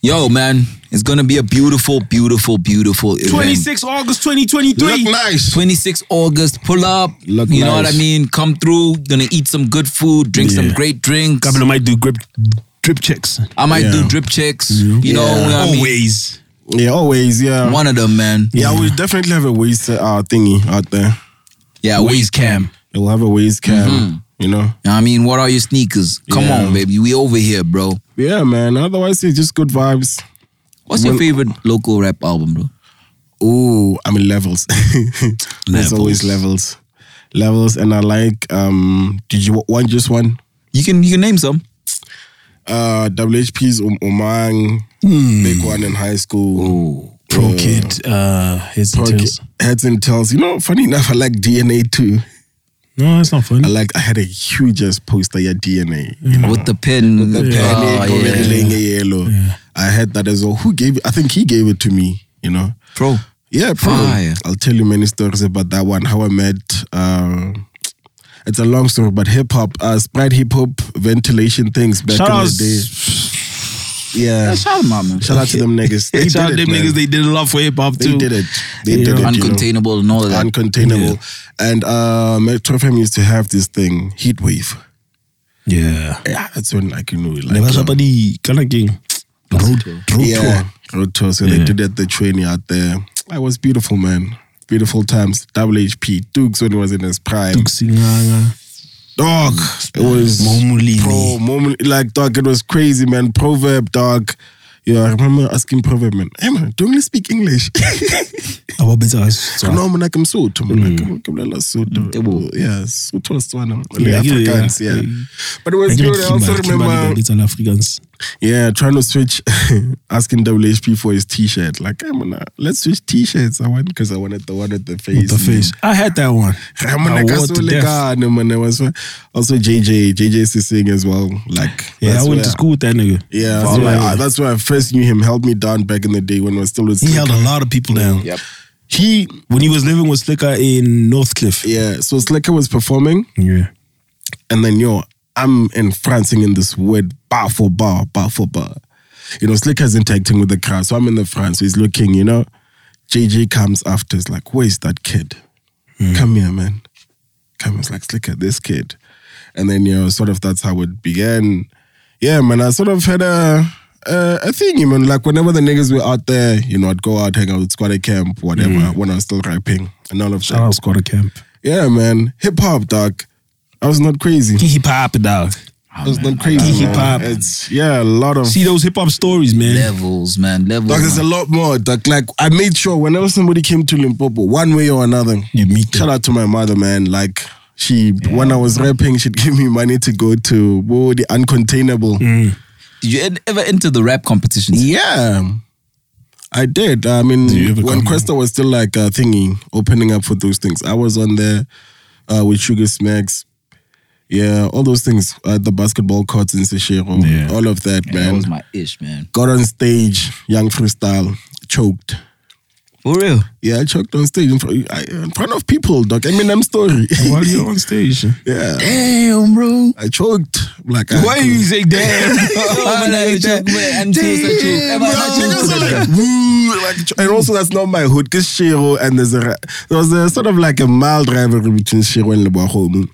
Yo, man. It's gonna be a beautiful, beautiful, beautiful event. 26 August 2023. Look nice. 26 August, pull up. Look you know what I nice. mean? Come through. Gonna eat some good food, drink some great drinks. Gablo might do grip drip checks. I might Yeah. do drip checks. You know, Yeah. what I mean? Always. Yeah, always. Yeah. One of them, man. yeah, we definitely have a waist uh, thingy out there. Yeah, waist cam. We'll have a waist cam. You know. You know what I mean, what are your sneakers? Come Yeah. on, baby. We over here, bro. Yeah, man. Otherwise, it's just good vibes. What's your favorite local rap album, bro? Ooh, I mean levels. There's always levels, levels, and I like. um Did you want just one? You can you can name some. Uh, WHP's um, Omang, big one in high school. Pro kid, uh his Pro- details. Heads and tails. You know, funny enough, I like DNA too. No, it's not I funny. like. I had a huge ass poster. Yeah, DNA. You know, With the pen. With the Pele, Gobert, Lenge, yellow. I had that as well. Who gave? it? I think he gave it to me. You know. Pro. Yeah, bro. Fire. I'll tell you many stories about that one. How I met. Uh, it's a long story, but hip hop, uh, Sprite hip hop, ventilation things back Shout in out the day. Yeah. Shout, Shout him out, man. out to them niggas. They Shout out did them it, man. niggas, they did a lot for hip hop They too. did it. They You did know. it. you know. Uncontainable and all of that. Uncontainable. And uh, Metro FM used to have this thing, heat wave. Yeah. Yeah, that's when like you know, like Never um, somebody kinda game. Road, road yeah, tour. road tour. So they did it at the training out there. It was beautiful, man. Beautiful times. WHP Dukes when it was in his prime. Singanga. uh, Dog, it was Momolini. Bro, Momolini- like dog, it was crazy, man. Proverb, dog. Yeah, I remember asking Proverb, man. Hey, man, don't you speak English? Our business. no, man, like I'm Sotho, man. Like, I'm like, Sotho. Yeah, Sotho is one of the Mm. Yeah, yeah, yeah. Africans, yeah. But it was good. I also remember, Little Africans. yeah, trying to switch, asking WHP for his T-shirt. Like, hey, man, uh, let's switch T-shirts. I want because I wanted the one with the face. The face. I had that one. I mean, I like, I wore it saw to like, death. ah, no, man, there was one- also JJ. JJ is singing as well. Like, Yeah, that's I went where- to school with that nigga. Yeah, that's, Wow. where I, that's where I first knew him. Held me down back in the day when I was still with. He held Slicker. a lot of people down. Yep. He When he was living with Slicker in Northcliffe. yeah. So Slicker was performing, Yeah. and then yo, I'm in France singing this word bar for bar, bar for bar. You know, Slicker's interacting with the crowd, so I'm in the front. So he's looking, you know. JJ comes after. He's like, "Where's that kid? Hmm. Come here, man. Come." It's like, "Slicker, this kid." And then you know, sort of that's how it began. Yeah, man. I sort of had a a, a thing, you man. Like whenever the niggas were out there, you know, I'd go out, hang out with squatter camp, whatever. When I was still rapping and all of that. Hmm. Shout out Squatter Camp. Yeah, man. Hip hop, dog. I was not crazy. Hip hop, dog. I was not crazy. Hip Oh, man. hop. It's yeah, a lot of. See those hip hop stories, man. Levels, man. Levels. Dog, there's a man. lot more. Dog. Like I made sure whenever somebody came to Limpopo, one way or another, You meet Shout them. out to my mother, man. Like she, when I was rapping, she'd give me money to go to whoa, the uncontainable. Mm. Did you ed- ever enter the rap competitions? Yeah, I did. I mean, you ever when come- Cresta was still like uh, thingy, opening up for those things, I was on there uh, with Sugar Smacks. Yeah, all those things at the basketball courts in Seshero, Yeah. all of that, That man. was my ish, man. Got on stage, Young Freestyle, choked. For real. Yeah, I choked on stage in front, I, in front of people, dog. Eminem story. While you're on stage, yeah. Damn, bro. I choked. Like, Why you say damn? I'm and also, that's not my hood. Cause Shiro and there's a ra- there was a sort of like a mild rivalry between Shiro and Lebahomu.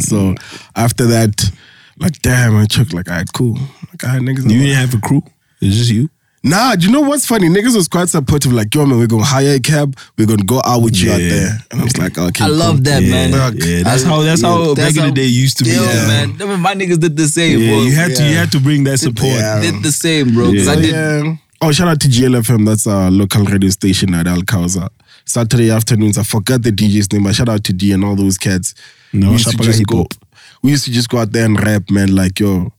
So after that, like damn, I choked. Like, alright, cool. Like, alright, niggas. are you didn't have a crew. It's just you. Nah, do you know what's funny? Niggas was quite supportive. Like, yo, man, we're gonna hire a cab. We're gonna go out with you out Yeah. there. And I was like, okay. I love that, man. Dog. Yeah, that's how. That's how back in the day it used to be. Yo, Yeah. man. Them- My niggas did the same. Yeah, bro. you had to. You had to bring that support. Yeah. did the same, bro. 'cause I So, did. yeah. Oh, shout out to GLFM. That's our local radio station at Alcauza. Saturday afternoons. I forgot the DJ's name, but shout out to D and all those cats. No, we used to Shapaka just Hip go. Hop. We used to just go out there and rap, man. Like yo,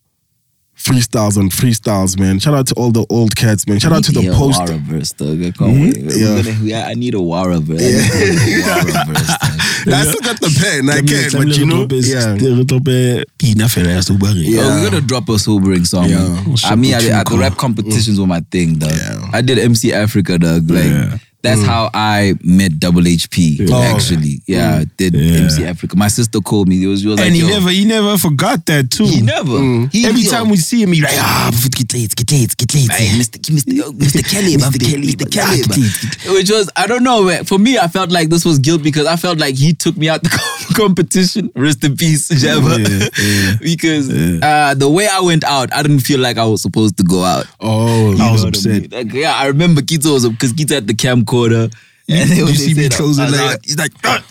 freestyles on freestyles, man. Shout out to all the old cats, man. Shout out to need the a post. Hmm? Wara verse, dog. I can't wait. We're Yeah. gonna- yeah, I need a Wara verse. I need a Wara verse, dog. I still got the pen. I can, but Tlamehile- tlamehile you re know, tope- yeah. re tope pina fela ya Sobari. Yeah. Oh, we're gonna drop a sobering song. Yeah. man. Oh, I mean, I, shit, I, the rap competitions were my thing, dog. Yeah. Mm. I did MC Africa, dog. Like Yeah. that's how I met Double HP. Oh. Actually, yeah, I did Yeah. MC Africa. My sister called me. It was, she was And like, he Yo, never, he never forgot that too. Mm. he never. He- Every yo, time we see him, he like ah, get late, get late, get late. Hey, Mr. Mr. Yo, Mr. Kelly, Mr. Mr. Kelly, Kelly, Mr. but- Kelly, which was I don't know. man. For me, I felt like this was guilt because I felt like he took me out the com- competition. Rest in peace, Jabba. because uh, the way I went out, I didn't feel like I was supposed to go out. Oh, I was know what I upset. mean? Like, yeah, I remember Kito was because Kito had the camcorder. And they You was- see they me said, closing I was like- out. he's like, "Ah."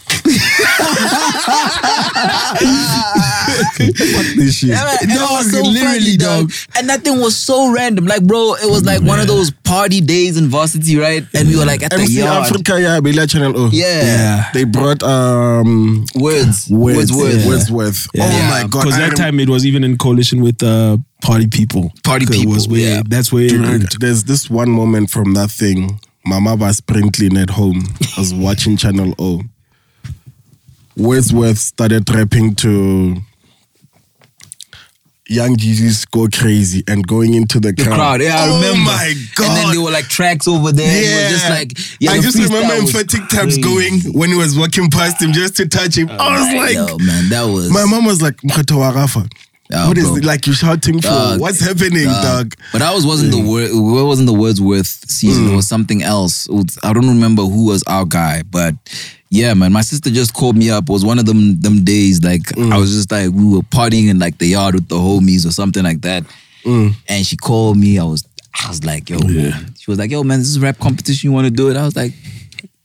this shit. Yeah, man, and it Dog, was so literally, funny, dog. dog. Oh, And that thing was so random. Like, bro, it was like one of those party days in varsity, right? And we were like at the MC yard. Africa, yeah, Bella Channel O. Yeah. They brought um Words. Words, words. Wordsworth. Wordsworth. Yeah. Oh my god. Because I that rem- time it was even in coalition with uh, party people. Party 'Cause it People, was where yeah. that's where. Dude, It, there's this one moment from that thing. Mama was sprinkling at home. I was watching Channel O. Wordsworth started rapping to Young Jesus Go Crazy and going into the crowd. Crowd, yeah, I oh remember. my god. And then there were like tracks over there. Yeah. It was just like, yeah, I the just freestyle remember was emphatic taps crazy. going when he was walking past him just to touch him. I was like, Right, yo, man, that was my mom was like, Mkhato Warafa. Yeah, what is bro. it? like you shouting for? Dog, What's happening, dog? But I was wasn't the word. It wasn't the Wordsworth season. It was something else. It was- I don't remember who was our guy, but yeah, man. My sister just called me up. It was one of them them days. Like I was just like we were partying in like the yard with the homies or something like that. And she called me. I was I was like, yo. Man. She was like, yo, man, this is rap competition. You want to do it? I was like.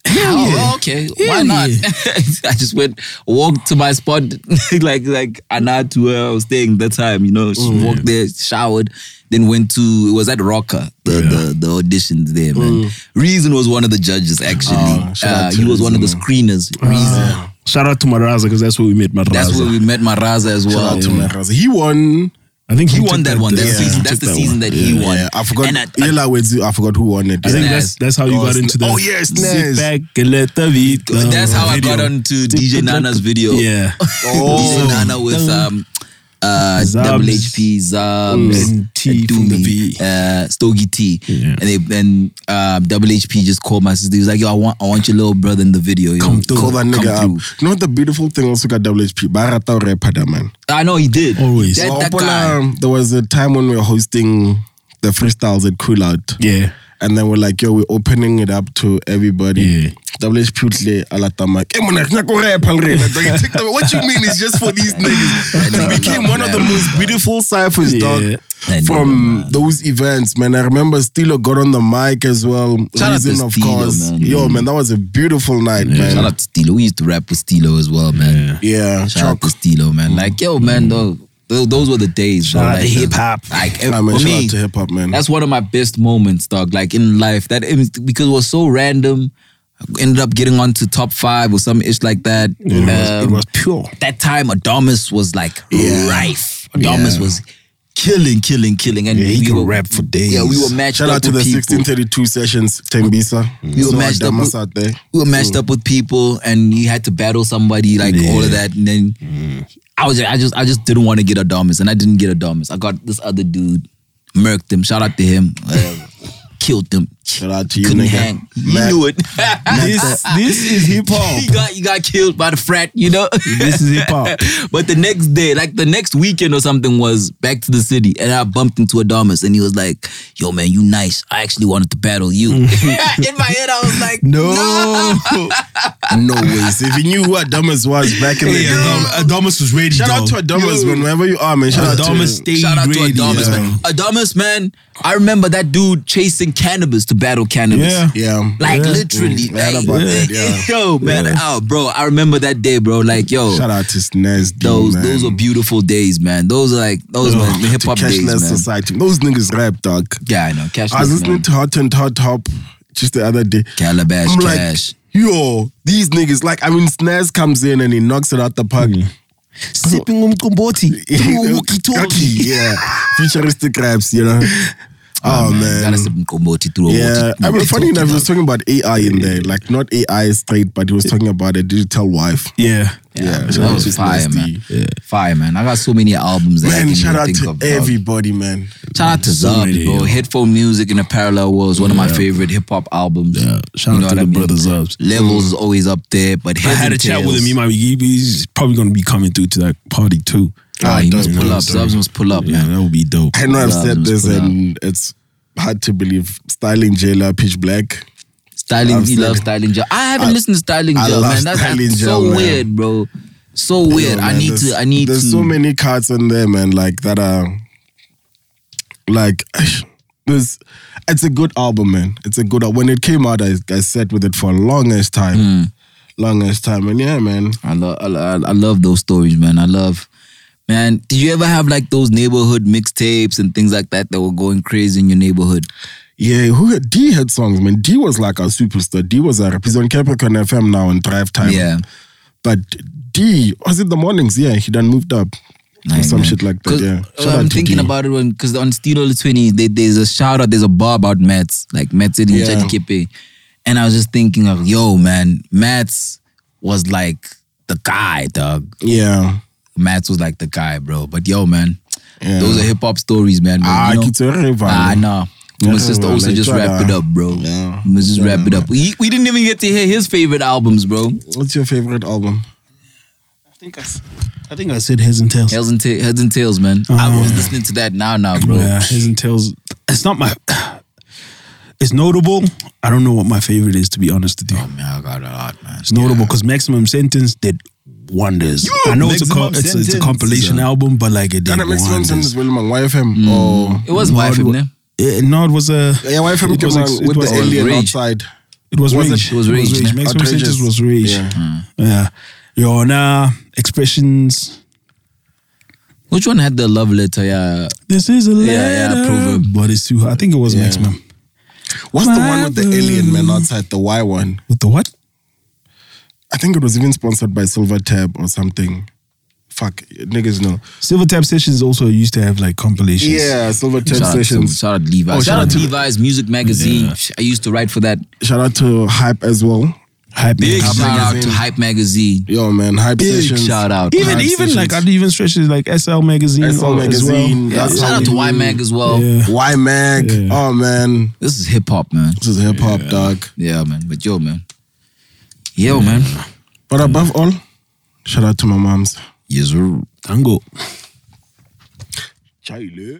"Oh, okay. Why not? I just went walked to my spot, like like I nod to where I was staying that time. You know, she walked there, showered, then went to it was at Rocker the the, the auditions there. Man, Reason was one of the judges actually. shout Uh, out to he was one of the Reason, screeners. Reason. shout out to Maraza because that's where we met Maraza. That's where we met Maraza as Shout well. out to my Raza. He won. I think He took won that one. That yeah, season. he That's took the that season one. that he won. Yeah, I forgot. And I- Yela Wedzi, I forgot who won it. I think Snaz. that's that's how you Oh, got into the oh, yeah, Snaz. Sit back and let the beat go That's how I got Uh, video. onto DJ Nana's video. Yeah. DJ Nana with um uh Zabs. double HP Zabs Mm. T from the V. uh Stogie T. Yeah. And they and um double HP just called my sister. He was like, Yo, I want I want your little brother in the video. Yo. Come through. Call that Come nigga up. through. You know what the beautiful thing also got WHP? Barata Repada, man. I know he did. Always. That, that Wapola, guy. There was a time when we were hosting the freestyles at Cool Out. Yeah. And then we're like, yo, we're opening it up to everybody. Yeah. WHP utlile alatamak. Hey, man, akuna kurap already. Like, take the- What you mean is just for these niggas. It became one of the most beautiful ciphers, Yeah. dog. That From those events, man. I remember Stilo got on the mic as well. Shout out to Reason, of Stilo, course. man. Yo, man, that was a beautiful night, man. Shout out to Stilo. We used to rap with Stilo as well, man. Yeah, Shout Chuck. out to Stilo, man. Like, yo, Mm. man, though. Those, those were the days. Shout out to hip-hop. Like, Nah, man, for shout me, out to hip hop, Mm. man. That's one of my best moments, dog. Like in life, that it was- because it was so random. I ended up getting onto top five or some ish like that. Um, It was pure. that time, Adamus was like rife. Adamus was killing, killing, killing, and Yeah, he we could were rap for days. Yeah, we were matched Shout up out to the with people. 1632 sessions, Tembisa. We were So matched up Adamas with- out there. we were Hmm. matched up with people and you had to battle somebody like all of that and then Hmm. I was I just I just didn't want to get Adamas and I didn't get Adamas. I got this other dude, murked him. Shout out to him. whatever. killed them. Shout out to you, Couldn't nigga. hang. He Mac- knew it. This this is hip he hop. got he got killed by the frat, you know. This is hip hop. but the next day, like the next weekend or something, was back to the city, and I bumped into Adamas, and he was like, "Yo, man, you nice. I actually wanted to battle you." In my head, I was like, No. No ways. If you knew who Adamas was back in the Hey, day. Adom- Adomus was ready. Shout out to dog. Adamas, man. Wherever you are, man. Shout out to Adomus stayed Shout out to ready. Adamas, yeah. man. Adamas, man, I remember that dude chasing cannabis to battle cannabis. Yeah. Yeah. Like Yeah. literally, Mm, I heard like, about that, yeah. yo, man, oh, bro, I remember that day, bro. Like, yo, Shout out to Snaz. D, those man. those were beautiful days, man. Those are like those were Ugh, the hip hop to days, man. Cashless society. Those niggas rap, dog. Yeah, I know. Cash. I was List, listening man. to Hot and Hot Hop just the other day. Calabash I'm like, Cash. yo, these niggas, like, I mean, Snaz comes in and he knocks it out the park. Mm. Sipping on Kumboti. Walkie-talkie, yeah. Futuristic raps, you know. Oh, man. Gotta sip Mkomboti through a Yeah, water- I mean, water funny filter, enough, he dog. was talking about AI in there, like not AI straight, but he was talking about a digital wife. Yeah. Yeah, Yeah, that was just fire, nasty. man. Fire, man. I got so many albums that I oh Man, can shout out think to of. dog. everybody, man. Shout out to Zub, bro. Headphone Music in a Parallel World is one of my favorite hip hop albums. Yeah. Shout out to the brothers Zubs. Levels is always up there, but I Heads had a and chat Tails. with him. He might be, he- he's probably going to be coming through to that party too. Ah, he Ah, must dope, pull dope, up. dope. Zubs must pull up, Yeah, man. that would be dope. I know I've Zubs said was this, put out. and it's hard to believe. Styling jailer, pitch black. Styling, I've he seen loves it. Styling Joe. I haven't I- listened to Styling I Joe, love man. That's Styling that's Joe, so man. weird, bro. So weird. Yo, I man, need there's- to. I need There's to. so many cards on there, man. Like that are, like, there's. It's a good album, man. It's a good. al- When it came out, I, I sat with it for longest time, Hmm. longest time, and yeah, man. I love, I, lo- I love those stories, man. I love, man. Did you ever have like those neighborhood mixtapes and things like that that were going crazy in your neighborhood? Yeah, who had, D had songs, man. D was like our superstar. D was a rep. He's on Capricorn FM now in Drive Time. Yeah, But D, was it the mornings? Yeah, he done moved up. Or some man. shit like that. 'Cause, Yeah. uh, I'm thinking about it when because on Steel All Twenty, they, there's a shout out, there's a bar about Mats, like Mats in Yeah. Jadikepe, and I was just thinking of, yo, man, Mats was like the guy, dog. Yeah. Mats was like the guy, bro. But yo, man, Yeah. those are hip hop stories, man. But, Ah, you know- it's a river. Ah, nah. We must Yeah, just well, also like, just try wrap that. it up, bro. Yeah. We must just wrap it up. We, we didn't even get to hear his favorite albums, bro. What's your favorite album? I think I, I think I said heads and tails. Heads and, Ta- Heads and Tails, man. I Uh-huh. was listening to that now, now, bro. Yeah, heads and tails. It's not my. It's notable. I don't know what my favorite is to be honest with you. Man, I got a lot, man. It's notable because Maximum Sentence did wonders. I know it's a, co- Maximum it's, a, it's a Sentence. compilation album, but like it did Can I make some wonders. sense with Wilmang? YFM? Mm. Oh. It was Nod wife, wa- man. Eh, Nod was a. Yeah, YFM It came was out ex- it with was the alien outrage. outside. It was Was it- rage. it was rage, yeah. Maximum Outrageous. Sentence was rage. Hmm. Yeah. Yeah. Yo, nah, expressions. Which one had the love letter? Yeah. This is a letter, yeah, proverb. but it's too. I think it was Maximum What's the one with the alien man outside? The Y one. with the what? I think it was even sponsored by Silver Tab or something. Fuck, niggas know. Silver Tap Sessions also used to have like compilations. Yeah, Silver Tab Shout out, to, Sessions. shout out to Levi's. Oh, shout, shout out out to to- Levi's Music Magazine. I used to write for that. Shout out to Hype as well. hype. Big man. shout out to Magazine. Hype Magazine. Yo, man, Hype Big Sessions. shout out. Even Hype even like I'd Sessions. even stretch it like SL Magazine, SL or- Magazine. as well. Yeah. shout out to Y Mag as well. Yeah. Y Mag. Yeah. Oh man, This is hip hop, man. this is hip hop, dog. Yeah, man. But yo, man. Yo, man. But above all, shout out to my moms. Yes, sir. Tango. Chile.